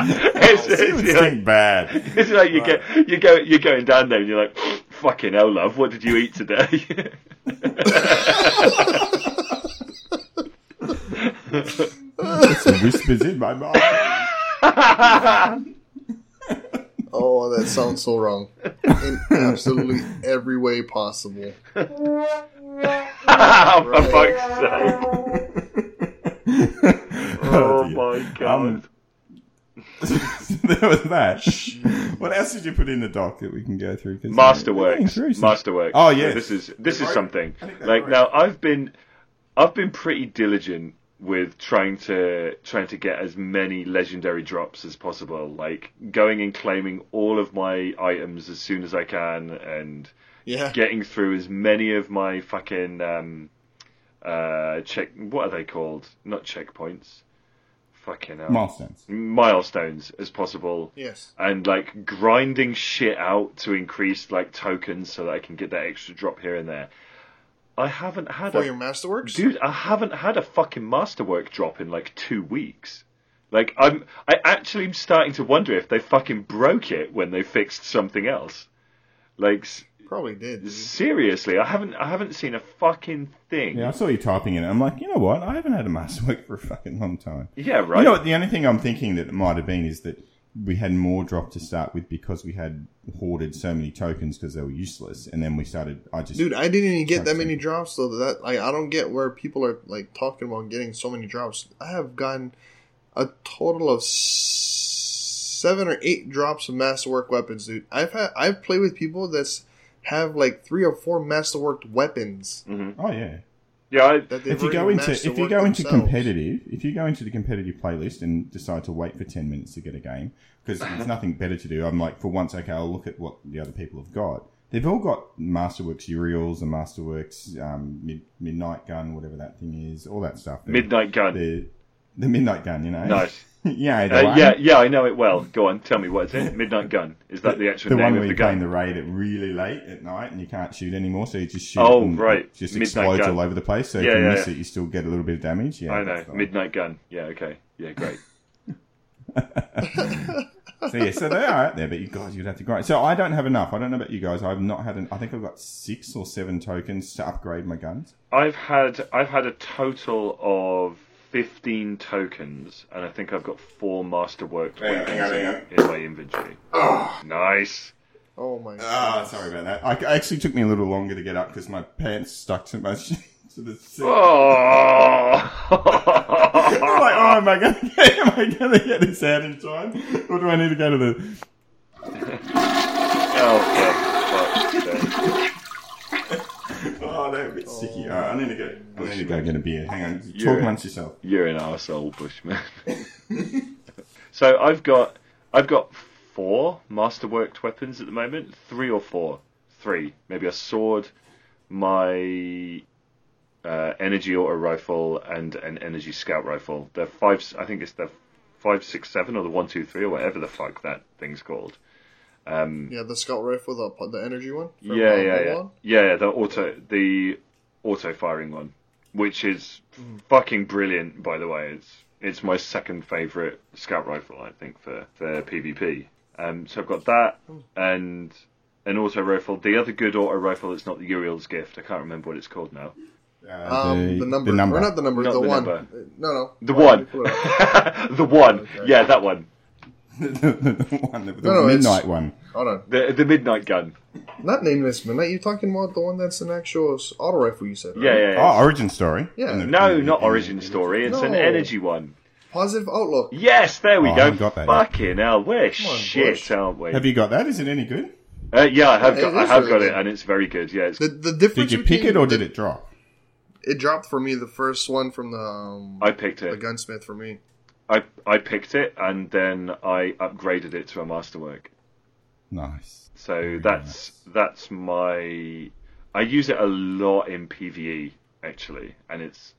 She
it's,
would
it's like,
stink bad.
it's like you, get, you go, you're going down there and you're like, fucking hell, love, what did you eat today?
Some whispers in my mind.
Oh, that sounds so wrong. In absolutely every way possible.
oh, for fuck's sake. Oh,
dear.
my God.
Um, there was that. What else did you put in the doc that we can go through? 'Cause, uh, we're going
Masterworks.
through some-
Masterworks.
Oh, yes.
This is this
They're
is
right.
something.
I think they're
Like
right.
now I've been I've been pretty diligent with trying to trying to get as many legendary drops as possible. Like going and claiming all of my items as soon as I can and
Yeah.
getting through as many of my fucking um uh check what are they called? Not checkpoints. fucking hell,
Milestones.
milestones as possible,
Yes.
and like grinding shit out to increase like tokens so that I can get that extra drop here and there. I haven't had
For
a
your masterworks?
Dude, I haven't had a fucking masterwork drop in like two weeks. Like I'm, I actually am starting to wonder if they fucking broke it when they fixed something else. Like s-
Probably did. dude.
seriously, I haven't, I haven't seen a fucking thing.
Yeah, I saw you typing in. I'm like, you know what? I haven't had a masterwork for a fucking long time.
Yeah, right.
You know what? The only thing I'm thinking that it might have been is that we had more drop to start with because we had hoarded so many tokens because they were useless, and then we started. I just
Dude, I didn't even get that
Fuck
many
sake.
drops, so that like I don't get where people are like talking about getting so many drops. I have gotten a total of s- seven or eight drops of masterwork weapons, dude. I've had I've played with people that's have like three or four masterworked weapons.
Mhm.
oh yeah.
Yeah, I,
That they've
If you
already
go into if you
masterworked
go into
themselves.
competitive, if you go into the competitive playlist and decide to wait for ten minutes to get a game because there's nothing better to do, I'm like, for once, okay, I'll look at what the other people have got. They've all got Masterworks Uriels and Masterworks um, Mid- Midnight Gun, whatever that thing is, all that stuff. They're-
Midnight Gun.
the the midnight gun, you know.
Nice.
yeah, the
Uh,
one,
yeah, yeah, I know it well. Go on, tell me what is it? Midnight Gun. Is that the actual
the
name
one where
of the
you're playing
gun?
the raid at really late at night and you can't shoot anymore, so you just shoot.
Oh,
and
right.
it Just
Midnight
explodes
gun.
all over the place. So
Yeah,
if you
yeah,
miss
yeah.
it, you still get a little bit of damage. Yeah,
I know.
that's the one.
Midnight Gun. Yeah. Okay. Yeah. Great.
so yeah, so they are out there, but you guys, you'd have to grind. So I don't have enough. I don't know about you guys. I've not had. An, I think I've got six or seven tokens to upgrade my guns.
I've had I've had a total of fifteen tokens, and I think I've got four masterwork
Hang on,
weapons
hang on, hang on.
in in my inventory. Nice.
Oh
Uh,
my
Ah,
god.
sorry about that. I, I actually took me a little longer to get up because my pants stuck too much to the seat. I'm
Oh.
like, oh, am I gonna get, am I gonna get this out in time, or do I need to go to the?
Oh, for fuck's sake.
Oh, they're a bit sticky. All right, I need to go. I need to go get a beer. Hang on, talk
Yeah.
amongst yourself.
You're an arsehole, Bushman. so I've got I've got four masterworked weapons at the moment. Three or four. Three. Maybe a sword, my uh, energy auto rifle, and an energy scout rifle. They're five I think it's the five six seven or the one two three or whatever the fuck that thing's called. Um,
Yeah, the scout rifle, the the energy one. from,
yeah,
uh,
yeah, yeah.
Mulan?
Yeah, yeah, the auto the auto firing one, which is
Mm.
fucking brilliant by the way. It's it's my second favorite scout rifle I think for for PvP. Um so I've got that
Mm.
and an auto rifle. The other good auto rifle that's not the Uriel's gift. I can't remember what it's called now.
Uh,
Um, the, number,
The
or not the number,
Not
the,
the
one.
number.
Uh, No, no,
The
Why
one.
don't you pull it up?
the one.
Okay.
Yeah, that one.
the one, the, the
No, no, it's-
midnight one.
Hold on,
The the midnight gun.
not nameless midnight. You're talking about the one that's an actual s- auto rifle. You said, right?
Yeah, yeah. yeah.
Oh, origin story.
Yeah.
And the-
no,
and the-
not
and-
origin story. It's an
No.
energy one.
Positive outlook.
Yes, there we
Oh, I
go.
haven't got that yet.
Fucking hell, we're
on,
shit,
Bush.
aren't we?
Have you got that? Is it any good?
Uh, yeah, I have
It
got, I
is
have
really
got it,
good.
and it's very good. Yeah, it's,
The the difference.
Did you pick
between
it or did
the-
it drop?
It dropped for me the first one from the um,
I picked
the
it.
gunsmith for me.
I I picked it, and then I upgraded it to a masterwork.
Nice.
So that's that's my. I use it a lot in PVE actually, and it's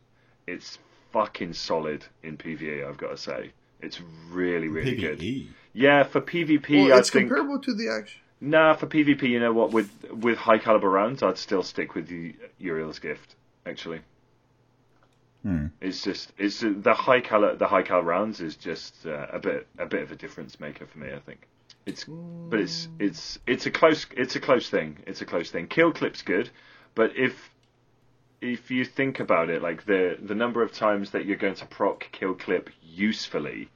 it's fucking solid in PVE. I've got to say, it's really really good.
PvE.
Yeah, for PvP,
Well,
I
it's
think
comparable to the action.
Nah, for PvP, you know what? With with high caliber rounds, I'd still stick with U- Uriel's gift. Actually,
Hmm.
it's just it's the high caliber the high caliber rounds is just uh, a bit a bit of a difference maker for me. I think it's but it's
Hmm.
it's it's a close it's a close thing. It's a close thing. Kill clip's good, but if if you think about it, like the the number of times that you're going to proc kill clip usefully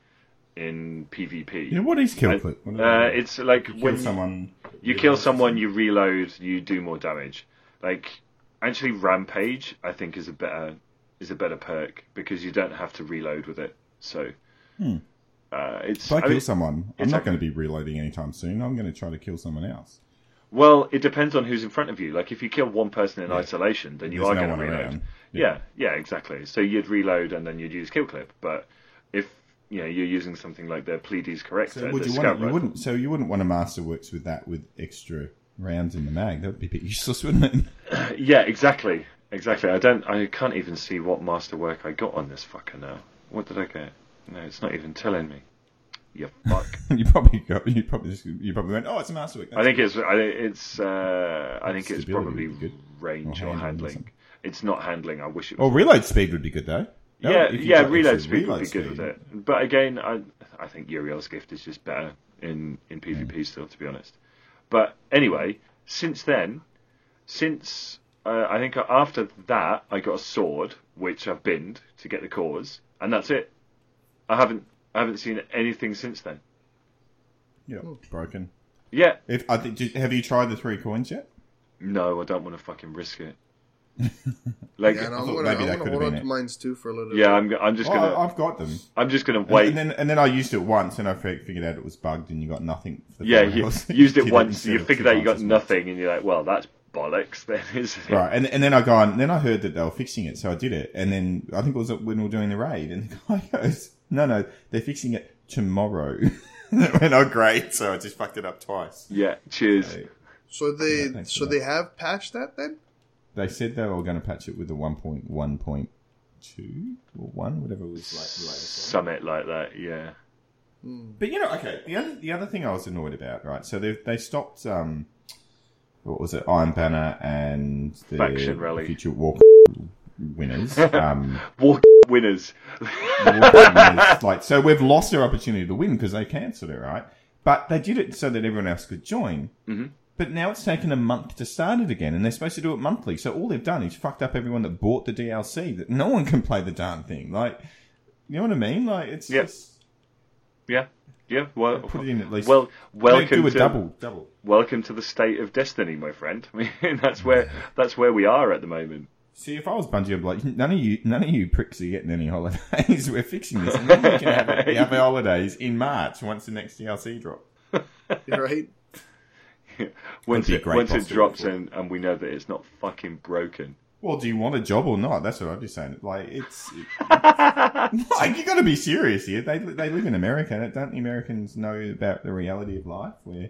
in PvP,
Yeah, what is kill
I-
clip? What
uh,
is it?
it's like
You kill
when
someone.
you kill someone, you reload, you do more damage. Like actually, rampage I think is a better is a better perk because you don't have to reload with it. So
Hmm.
uh, it's
If I
I
kill
mean,
someone, I'm
it's
not
like-
going to be reloading anytime soon. I'm going to try to kill someone else.
well, it depends on who's in front of you. Like if you kill one person in isolation, then you
There's
are
no
going
one
to reload.
around.
Yeah. yeah, exactly. So you'd reload and then you'd use kill clip. But if you know you're using something like the Pleiades corrector,
So would
the
you
scout
want? You
rifle-
wouldn't. So you wouldn't want a masterworks with that with extra rounds in the mag. That would be a bit useless, wouldn't it?
Yeah, exactly, exactly. I don't. I can't even see what masterwork I got on this fucker now. What did I get? No, it's not even telling me. You fuck.
you probably got. You probably just, you probably went. Oh, it's a master week.
I think it's I, it's uh, I think it's
Stability
probably
would be good.
range
Or handling
or
or
handling.
something.
It's not handling. I wish it
Well,
was.
Oh, reload speed would be good though. No,
yeah,
if you
yeah.
got-
Reload
it's a
speed would
reload
be good
speed.
with it. But again, I I think Uriel's gift is just better in in PvP still, to be honest. But anyway, since then, since uh, I think after that, I got a sword which I've binned to get the cause, and that's it. I haven't I haven't seen anything since then.
Yeah, broken.
Yeah,
If I think, have you tried the three coins yet?
no, I don't want to fucking risk it. like,
Yeah, and
I
I'm
thought
gonna,
maybe that
I'm gonna
could've
hold on
been it.
to mines too for a little.
yeah, I'm go- I'm just
Oh,
gonna
I, I've got them.
I'm just gonna
And-
wait.
And then, and then I used it once, and I fi- figured out it was bugged, and you got nothing. For the
yeah,
four
you
hours.
used
Did
it once.
instead
You
of
figured
two
out you got
times as much.
nothing, and you're like, well, that's bollocks, then, isn't it?
Right, and and then I go on, and then I heard that they were fixing it, so I did it, and then I think it was when we were doing the raid, and the guy goes, "No, no, they're fixing it tomorrow." and it went, "Oh, great!" So I just fucked it up twice.
Yeah. Cheers.
So
So they
Yeah, thanks
so
for
they have patched that then.
they said they were going to patch it with a one point one point two or one, whatever it was like the latest. one.
Summit like that. Yeah.
But you know, okay. The other the other thing I was annoyed about, right? So they they stopped um, what was it, Iron Banner and the
Faction Rally.
Future Walk winners. Um,
Walk winners.
It's like so we've lost their opportunity to win because they cancelled it right but they did it so that everyone else could join
Mhm.
but now it's taken a month to start it again and they're supposed to do it monthly so all they've done is fucked up everyone that bought the dlc that no one can play the darn thing like you know what i mean like it's
Yep.
just
yeah. Yeah. Well.
put it in at least
Well,
They do
welcome
a
to
double double
welcome to the state of destiny, my friend. I mean, that's where that's where we are at the moment.
See, if I was Bungie, I'd be like, none of you, none of you pricks are getting any holidays. We're fixing this. And then you can have, it, have holidays in March once the next DLC drop.
Right?
Once
be a
it
great
once it
possibility.
drops in, and we know that it's not fucking broken.
Well, do you want a job or not? That's what I'm just saying. Like, it's like you got to be serious here. They they live in America. Don't the Americans know about the reality of life? Where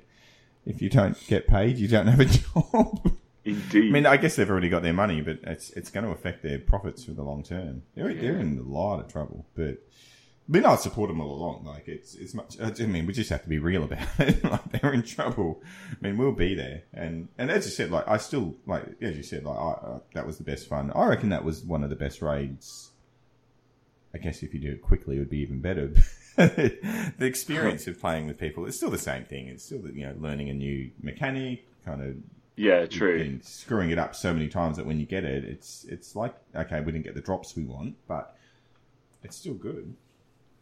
if you don't get paid, you don't have a job.
Indeed.
I mean, I guess they've already got their money, but it's it's going to affect their profits for the long term. They're they're in a lot of trouble. But I mean, I support them all along. Like it's it's much. I mean, we just have to be real about it. like they're in trouble. I mean, we'll be there. And and as you said, like I still like as you said, like I, I, that was the best fun. I reckon that was one of the best raids. I guess if you do it quickly, it would be even better. the experience of playing with people, it's still the same thing. It's still, you know, learning a new mechanic, kind of
yeah. True.
been screwing it up so many times that when you get it, it's it's like okay, we didn't get the drops we want, but it's still good.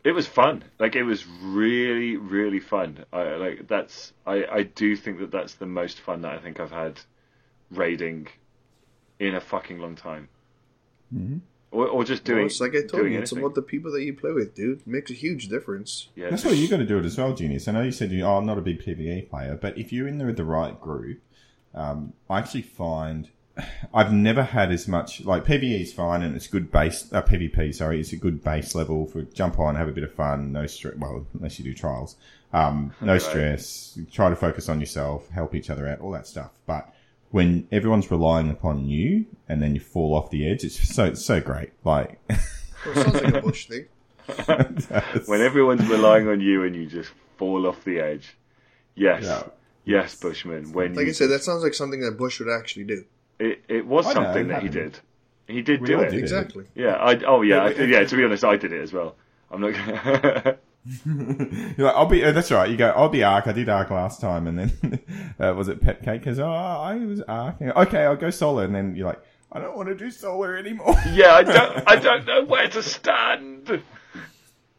it was fun like it was really really fun i like that's i i do think that that's the most fun that i think i've had raiding in a fucking long time
Mhm.
or, or just
Well,
doing
it's like I told
doing
you, it's
anything.
about the people that you play with, dude. Makes a huge difference.
yeah
That's why
just-
you got to do it as well, genius. I know you said you oh, I'm not a big PVE player, but if you're in there with the right group, um, I actually find I've never had as much like PVE is fine and it's good base uh, PvP. Sorry, it's a good base level for jump on, have a bit of fun, no stress. Well, unless you do trials, um, no
Right.
stress. Try to focus on yourself, help each other out, all that stuff. But when everyone's relying upon you and then you fall off the edge, it's so it's so great. Like
Well, it sounds like a bush thing.
when everyone's relying on you and you just fall off the edge yes
Yeah.
yes bushman when
Like
you,
I said, that sounds like something that Bush would actually do.
it, it was
I know,
something that he
happened.
did he did
We
do
all
it
did it.
Exactly.
yeah i oh yeah I, yeah to be honest i did it as well i'm not gonna
You're like, I'll be. Uh, that's right. You go. I'll be Ark. I did Ark last time, and then uh, was it Pepcake? Because oh, I was Ark. And, Okay, I'll go solo, and then you're like, I don't want to do solo anymore.
yeah i don't i don't know where to stand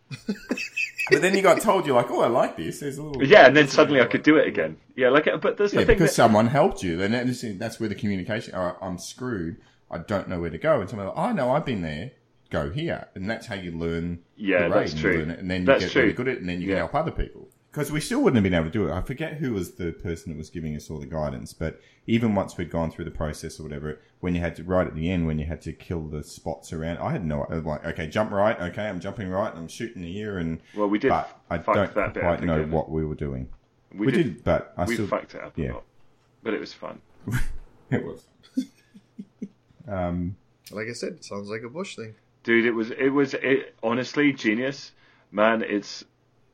but then you got told you're like, oh, I like this. There's a little.
Yeah, and then suddenly I could do it again. Yeah, like, but there's the
Yeah,
thing
because
that,
someone helped you. Then that's that's where the communication. All right, I'm screwed. I don't know where to go. And someone, like, I know I've been there. Go here, and that's how you learn.
Yeah,
the raid
that's
and
true.
learn it, and then you
That's
get
true.
really good at it, and then you
Yeah.
can help other people. Because we still wouldn't have been able to do it. I forget who was the person that was giving us all the guidance, but even once we'd gone through the process or whatever, when you had to right at the end, when you had to kill the spots around, I had no I was like, okay, jump right, okay, I'm jumping right, and I'm shooting here, and
well, we did.
but I
fuck
don't
that bit up
quite know
again.
what we were doing.
we,
We,
did.
did, but I
we
still
fucked it up
yeah.
a lot, but it was fun.
It was. um,
Like I said, it sounds like a Bush thing.
dude. It was it was it honestly genius. man, it's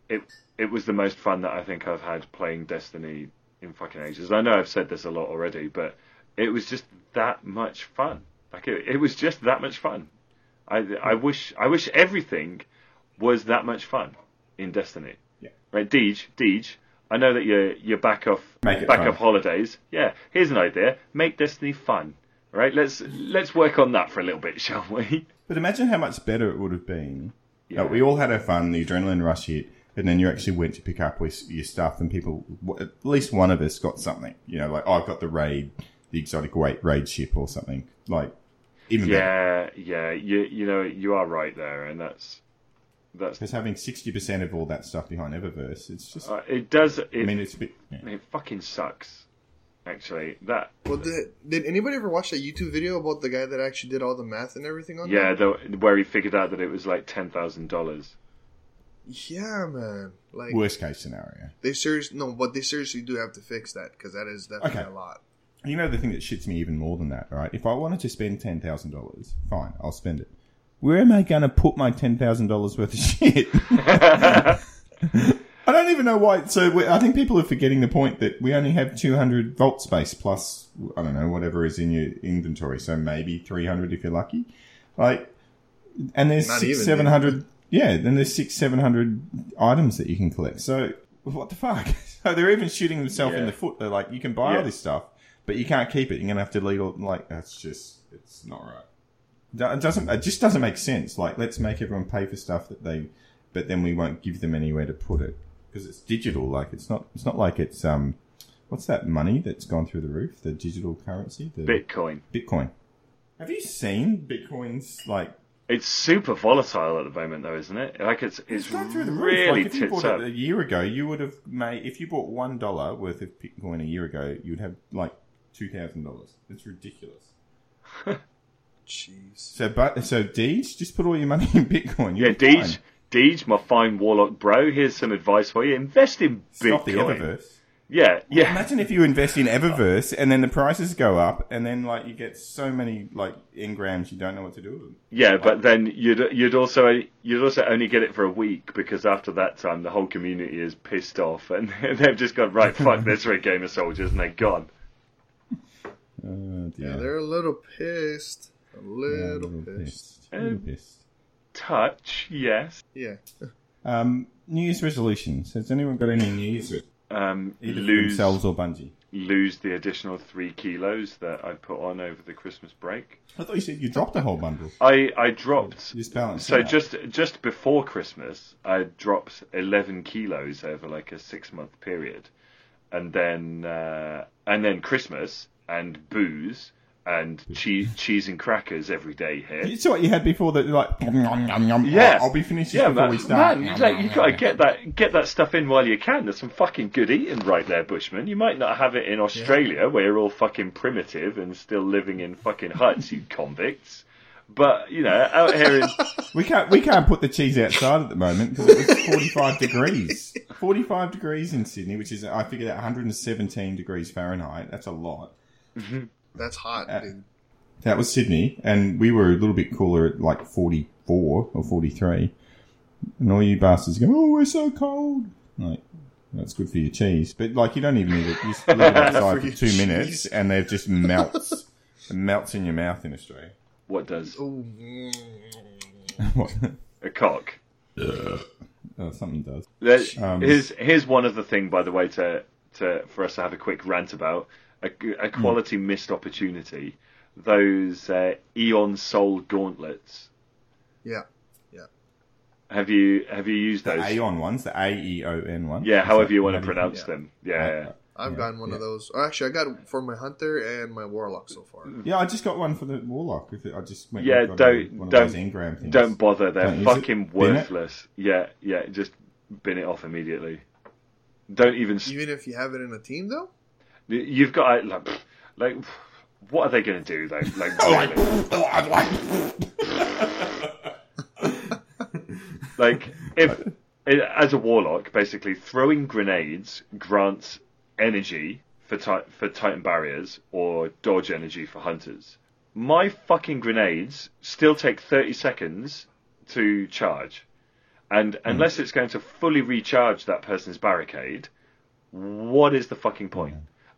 it it was the most fun that I think I've had playing Destiny in fucking ages. I know I've said this a lot already, but it was just that much fun. Like it, it was just that much fun. I I wish I wish everything was that much fun in Destiny.
Yeah.
Right, Deej, Deej. I know that you're you're back off
Make it
back
fun.
off holidays. Yeah, here's an idea: make Destiny fun. Right, let's let's work on that for a little bit, shall we?
But imagine how much better it would have been. Like, we all had our fun, the adrenaline rush hit, and then you actually went to pick up with your stuff, and people, w- at least one of us got something. You know, like, oh, I've got the raid, the exotic wait, raid ship or something. Like, even better.
Yeah, yeah, you you know you are right there, and that's that's
Because having 60% of all that stuff behind Eververse, it's just,
uh, it does it,
I mean, it's a bit. Oh, yeah.
it fucking sucks. Actually, that
Well, did, did anybody ever watch that YouTube video about the guy that actually did all the math and everything on
yeah,
that?
the, where he figured out that it was like ten thousand dollars.
Yeah, man. Like
Worst case scenario.
they seriously no, but they seriously do have to fix that because that is definitely
Okay.
a lot.
You know the thing that shits me even more than that, right? If I wanted to spend ten thousand dollars, fine, I'll spend it. Where am I going to put my ten thousand dollars worth of shit? I don't even know why. So we, I think people are forgetting the point that we only have two hundred vault space plus I don't know whatever is in your inventory. So maybe three hundred if you're lucky. Like, and there's
Not
six
even,
seven hundred. Yeah, then there's six seven hundred items that you can collect. So what the fuck? So they're even shooting themselves in
Yeah.
the foot. They're like, you can buy all
Yeah.
this stuff, but you can't keep it. You're gonna have to legal. Like that's just it's not right. Do- It doesn't. It just doesn't make sense. Like let's make everyone pay for stuff that they, but then we won't give them anywhere to put it because it's digital. Like it's not. It's not like it's um, what's that money that's gone through the roof? The digital currency, the
Bitcoin.
Bitcoin. Have you seen Bitcoin's like
It's super volatile at the moment, though, isn't it? Like it's it's,
It's gone through the roof.
really
like, if you
tits
bought
up.
it a year ago, you would have made. If you bought one dollar worth of Bitcoin a year ago, you'd have like two thousand dollars. It's ridiculous.
Jeez.
So, but so Deej, just put all your money in Bitcoin.
Yeah,
You'll be
Deej,
fine.
Deej, my fine warlock bro. Here's some advice for you: invest in
Stop the
Bitcoin.
Eververse.
Yeah, yeah.
Imagine if you invest in Eververse and then the prices go up, and then like you get so many like engrams, you don't know what to do with them.
Yeah, but then you'd you'd also you'd also only get it for a week because after that time the whole community is pissed off and they've just gone right fuck this for a game of soldiers and they're gone.
Oh, dear.
Uh, Yeah, they're a little pissed. A
Yeah, little
little, pissed.
pissed.
Um,
Little pissed.
Touch, yes.
Yeah.
Um, New Year's resolutions. Has anyone got any New Year's? re-
Um,
Either for
lose
themselves or Bungie.
lose the additional three kilos that I put on over the Christmas break.
I thought you said you dropped a whole bundle.
I I dropped.
You just balanced.
So
it out.
just just before Christmas, I dropped eleven kilos over like a six month period, and then uh, and then Christmas and booze and cheese cheese and crackers every day here.
It's what you had before that, like,
Yeah,
yeah. I'll be finished
Yeah,
before
man,
we start.
man, you, like, you gotta get that get that stuff in while you can. There's some fucking good eating right there, Bushman. You might not have it in Australia where you're all fucking primitive and still living in fucking huts, you convicts. But you know, out here in
We can't, we can't put the cheese outside at the moment because it was 45 degrees. 45 degrees in Sydney, which is, I figured out 117 degrees Fahrenheit. That's a lot.
That's hot,
Uh,
dude.
That was Sydney, and we were a little bit cooler at like 44 or 43. And all you bastards go, oh, we're so cold. Like, that's good for your cheese. But, like, you don't even need it. You just leave it outside
For
for
your
two minutes,
cheese.
and they just melts. it melts in your mouth in Australia.
what does
Oh, mm.
What?
a cock?
Oh, something does.
There's,
Um,
here's here's one other thing, by the way, to to for us to have a quick rant about a, a
Hmm.
quality missed opportunity. Those uh, Eon Soul gauntlets.
yeah.
Have you have you used
The
those?
Aeon ones, the A E O N ones.
yeah,
Is
however
that-
you want
how
to
do
pronounce
yeah.
them.
Uh,
Yeah, yeah.
I've
Yeah,
gotten one of
yeah.
those. Or actually, I got for my hunter and my warlock so far.
Yeah, I just got one for the Warlock. With it. I just went.
Yeah,
and got a-
don't-
one of
don't-
those engram things.
Don't bother. They're
Don't use it.
fucking
Bin it.
worthless. Yeah, yeah. Just bin it off immediately. Don't even. s
Even if you have it in a team, though.
You've got like, pff, like pff, what are they going to do though? Like,
Like,
really? like if as a warlock, basically throwing grenades grants energy for ti- for titan barriers or dodge energy for hunters. My fucking grenades still take thirty seconds to charge, And unless it's going to fully recharge that person's barricade, what is the fucking point?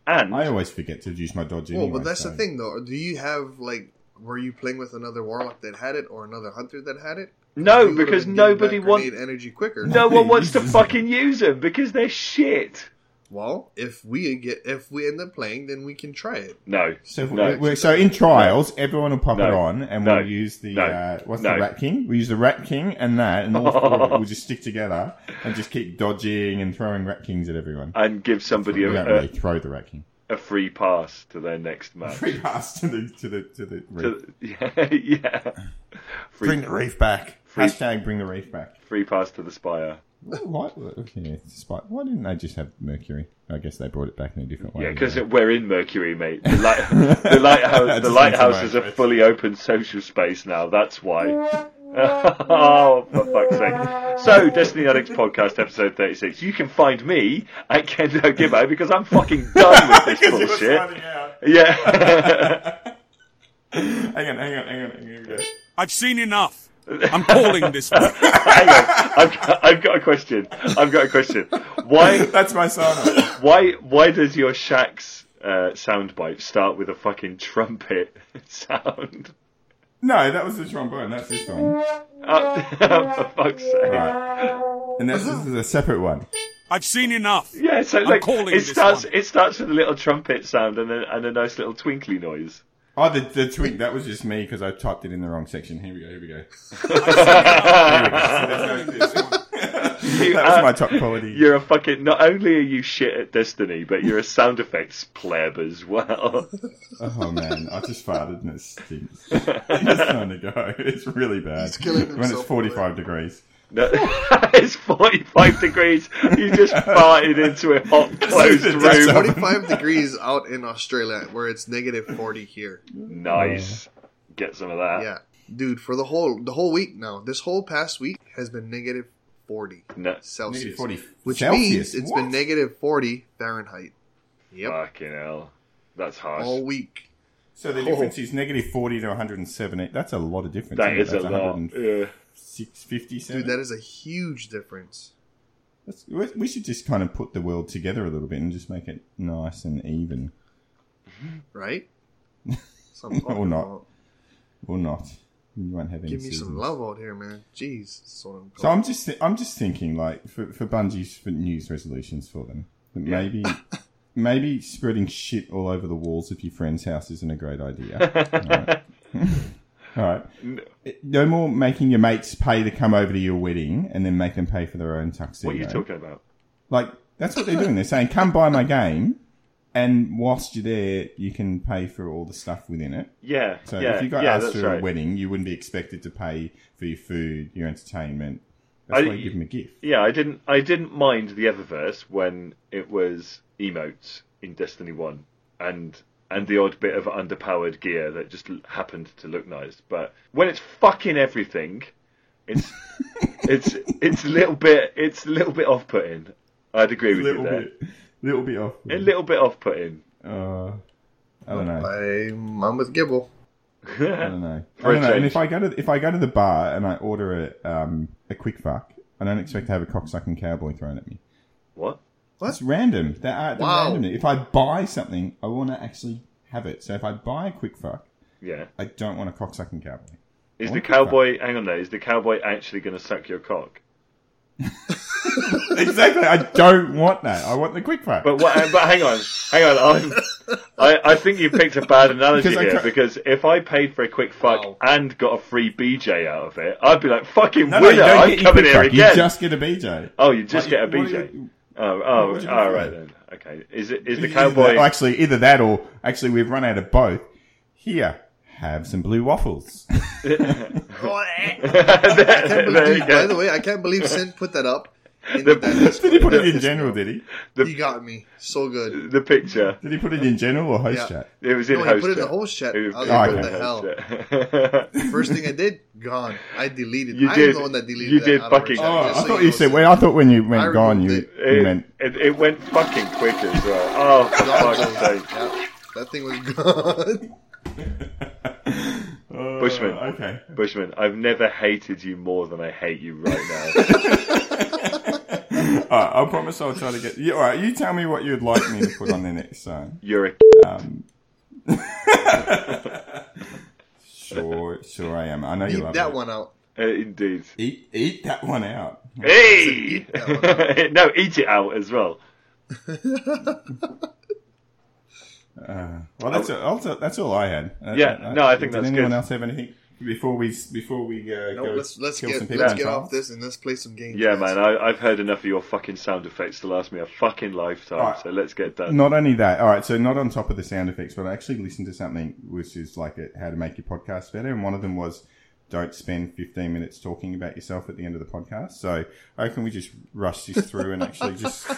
And
I always forget to use my dodge
Well,
anyway.
but that's
so-
the thing, though. Do you have like? Were you playing with another warlock that had it, or another hunter that had it? You
no,
would've
because
been giving
nobody
back
wants
grenade energy quicker.
no one wants to fucking use them because they're shit.
Well, if we get if we end up playing, then we can try it.
No,
So,
No.
we- we- so in trials, everyone will pop
No.
it on, and
No.
we'll use the
No.
uh, what's
No.
the rat king? We use the rat king and that, and all four of it will just stick together and just keep dodging and throwing rat kings at everyone.
and give somebody
We
a,
don't
a,
really throw the rat king.
a free pass to their next match.
Free pass to the to the to the. Reef.
To- yeah, yeah. Free,
bring the reef back.
Free-
Hashtag bring the reef back.
free pass to the spire.
Why, yeah, despite, why didn't they just have Mercury? I guess they brought it back in a different way.
Yeah, because we're in Mercury, mate. The, light, the lighthouse,
That's
the lighthouse
just
is a fully open social space now. That's why. oh, for fuck's sake! So, Destiny Addicts podcast episode thirty-six. You can find me at Kendo Gibbo because I'm fucking done with this bullshit. Yeah,
Hang on, hang on, hang on, hang on.
I've seen enough. I'm calling this one.
hang on. I've got, I've got a question. I've got a question. Why?
That's my sauna.
Why why does your Shaxx uh, soundbite start with a fucking trumpet sound?
No, that was the trombone. That's this one.
Uh, for fuck's sake!
Right. And that's, this is a separate one.
I've seen enough.
Yeah, so like
calling
it
this
starts
one.
it starts with a little trumpet sound and a, and a nice little twinkly noise.
Oh, the, the tweet. That was just me because I typed it in the wrong section. Here we go. Here we go.
Oh,
You
That was
uh,
are-
my top quality.
You're a fucking. Not only are you shit at Destiny, but you're a sound effects pleb as well.
Oh man, I just farted and it stinks. It's time to go. It's really bad.
He's killing
when it's
himself
forty-five degrees.
No- it's 45 degrees. You just farted into a hot closed
That's
room.
a-
Forty five degrees out in Australia, where it's negative forty here.
Nice. Get some of that.
Yeah, dude, for the whole the whole week now, this whole past week has been negative forty
No,
Negative
Celsius,
forty.
which
Celsius.
means it's
What?
been negative forty Fahrenheit. Yep,
Fucking hell. That's harsh.
Oh,
all week.
So the
Oh.
difference is negative forty to one hundred and seventy. That's a lot of difference.
that
isn't it?
is a
That's
lot. Yeah.
157.
Dude, that is a huge difference.
That's- we- we should just kind of put the world together a little bit and just make it nice and even,
right? Some oh,
Or not. or not. You won't have any.
Give me some
seasons.
love out here, man. Jeez, that's what
So
I'm
I'm
calling.
just thi- I'm just thinking like for for Bungie's for news resolutions for them that
Yeah.
maybe maybe spreading shit all over the walls of your friend's house isn't a great idea. all right. No more making your mates pay to come over to your wedding and then make them pay for their own tuxedo.
What are you talking about?
Like that's what they're doing. They're saying, "Come buy my game." And whilst you're there, you can pay for all the stuff within it.
Yeah.
So
yeah,
if you got
yeah,
asked
that's
to a
right.
wedding, you wouldn't be expected to pay for your food, your entertainment.
I-
That's why you give them a gift.
Yeah, I didn't I didn't mind the Eververse when it was emotes in Destiny 1 and and the odd bit of underpowered gear that just l- happened to look nice, but when it's fucking everything, it's it's it's a little bit it's a little bit off-putting. I'd agree with
little
you there.
bit, little bit off.
A little bit off-putting.
Uh, I don't know.
I'm, I'm with Gibble.
I don't know. I
For a
don't know. And
change.
if I go to if I go to the bar and I order a um a quick fuck, I don't expect to have a cocksucking cowboy thrown at me.
What?
That's random. That uh, the
Wow.
randomness. If I buy something, I want to actually have it. So if I buy a quick fuck,
Yeah.
I don't want a cocksucking cowboy.
Is
I
the
wonder if
cowboy? Hang on, there. Is the cowboy actually going to suck your cock?
exactly. I don't want that. I want the quick fuck.
But what? But hang on, hang on. I'm, I I think you picked a bad analogy
Because I
here
ca-
because if I paid for a quick fuck
Wow.
and got a free BJ out of it, I'd be like, "Fucking
no, no, you
winner!
don't
I'm
get your
coming
quick
here
fuck.
again."
You just get a BJ.
Oh, you just
Like,
get a
what do
BJ.
you-
Oh, oh,
what do you
all
do?
right then. Okay. Is it is
Either
the
that-
cowboy?
well, actually, either that or actually, we've run out of both. Here, have some blue waffles.
There-
Dude,
there you
by the
go.
way, I can't believe Sin put that up. in
The-
that Discord.
did he put it in general? Did he?
He got me so good.
The picture.
Did he put it in general or host
Yeah.
chat?
It was in
No, he
host
put it in the
chat.
host chat. I
It was-
was
it
like,
Oh,
what
was
the
okay.
hell?
in host chat.
First thing I did, gone. I deleted.
You
I'm
did-
the one that deleted.
you
that
did
out of our
fucking-
chat,
Oh,
just
I
so
thought
know,
you said.
Sin.
When I thought when you
I
went gone, you,
removed
you
It,
meant
it, it went fucking quick as well. Oh, for
Gone,
fuck's sake.
yeah, that thing was gone.
Oh,
Bushman.
Okay.
Bushman, I've never hated you more than I hate you right now.
all right, I promise I'll try to get. Yeah, all right, you tell me what you'd like me to put on the next song.
You're a
Um, sure, sure I am. I know you
Eat
love
that
it.
one out.
uh, indeed.
Eat, eat that one out.
Hey!
Eat that
no, eat it out as well.
Uh, well, that's, a, that's, a, that's all I had. Uh,
Yeah,
uh,
no, I think
did
that's
anyone
good.
else have anything before we before we uh,
No,
go?
let's let's
kill some
get
people
let's
in
get
France?
off this and let's play some games.
Yeah, man, I, I've heard enough of your fucking sound effects to last me a fucking lifetime,
Alright.
so let's get done.
Not only that, all right. So not on top of the sound effects, but I actually listened to something which is like a, how to make your podcast better, and one of them was don't spend fifteen minutes talking about yourself at the end of the podcast. So I reckon we just rush this through and actually just.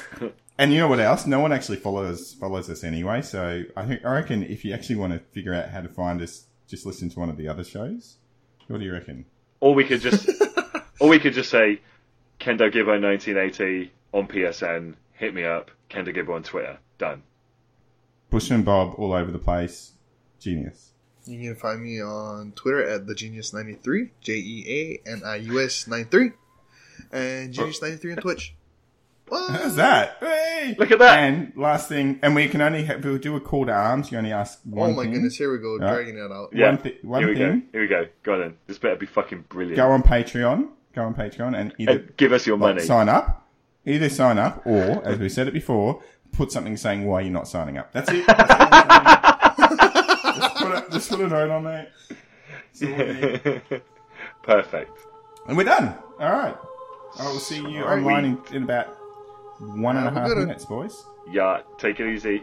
And you know what else? No one actually follows follows us anyway. So I think I reckon if you actually want to figure out how to find us, just listen to one of the other shows. What do you reckon?
Or we could just, or we could just say, Kendo Gibbo 1980 on PSN. Hit me up, Kendo Gibbo on Twitter. Done.
Bushman Bob all over the place, genius.
You can find me on Twitter at the Genius ninety three J E A N I U S ninety three, and
Oh.
Genius ninety three on Twitch.
How's
What?
that? Hey!
Look at that.
And last thing, and we can only have, we'll do a call to arms. You only ask one
Oh my
thing.
goodness! Here we go,
Yeah.
dragging that out.
Yeah.
One, thi- one
Here we go.
thing.
Here we go. Go on then. This better be fucking brilliant.
Go on Patreon. Go on Patreon and either
And give us your
like,
money.
sign up, either sign up, or as we said it before, put something saying why you're not signing up. That's it. That's all I'm saying. just, put a, just put a note on there. That's all we need.
Perfect.
And we're done. All right. I will see you
Sorry.
online in, in about one and a
Have a
half
good one.
minutes, boys.
Yeah, take it easy.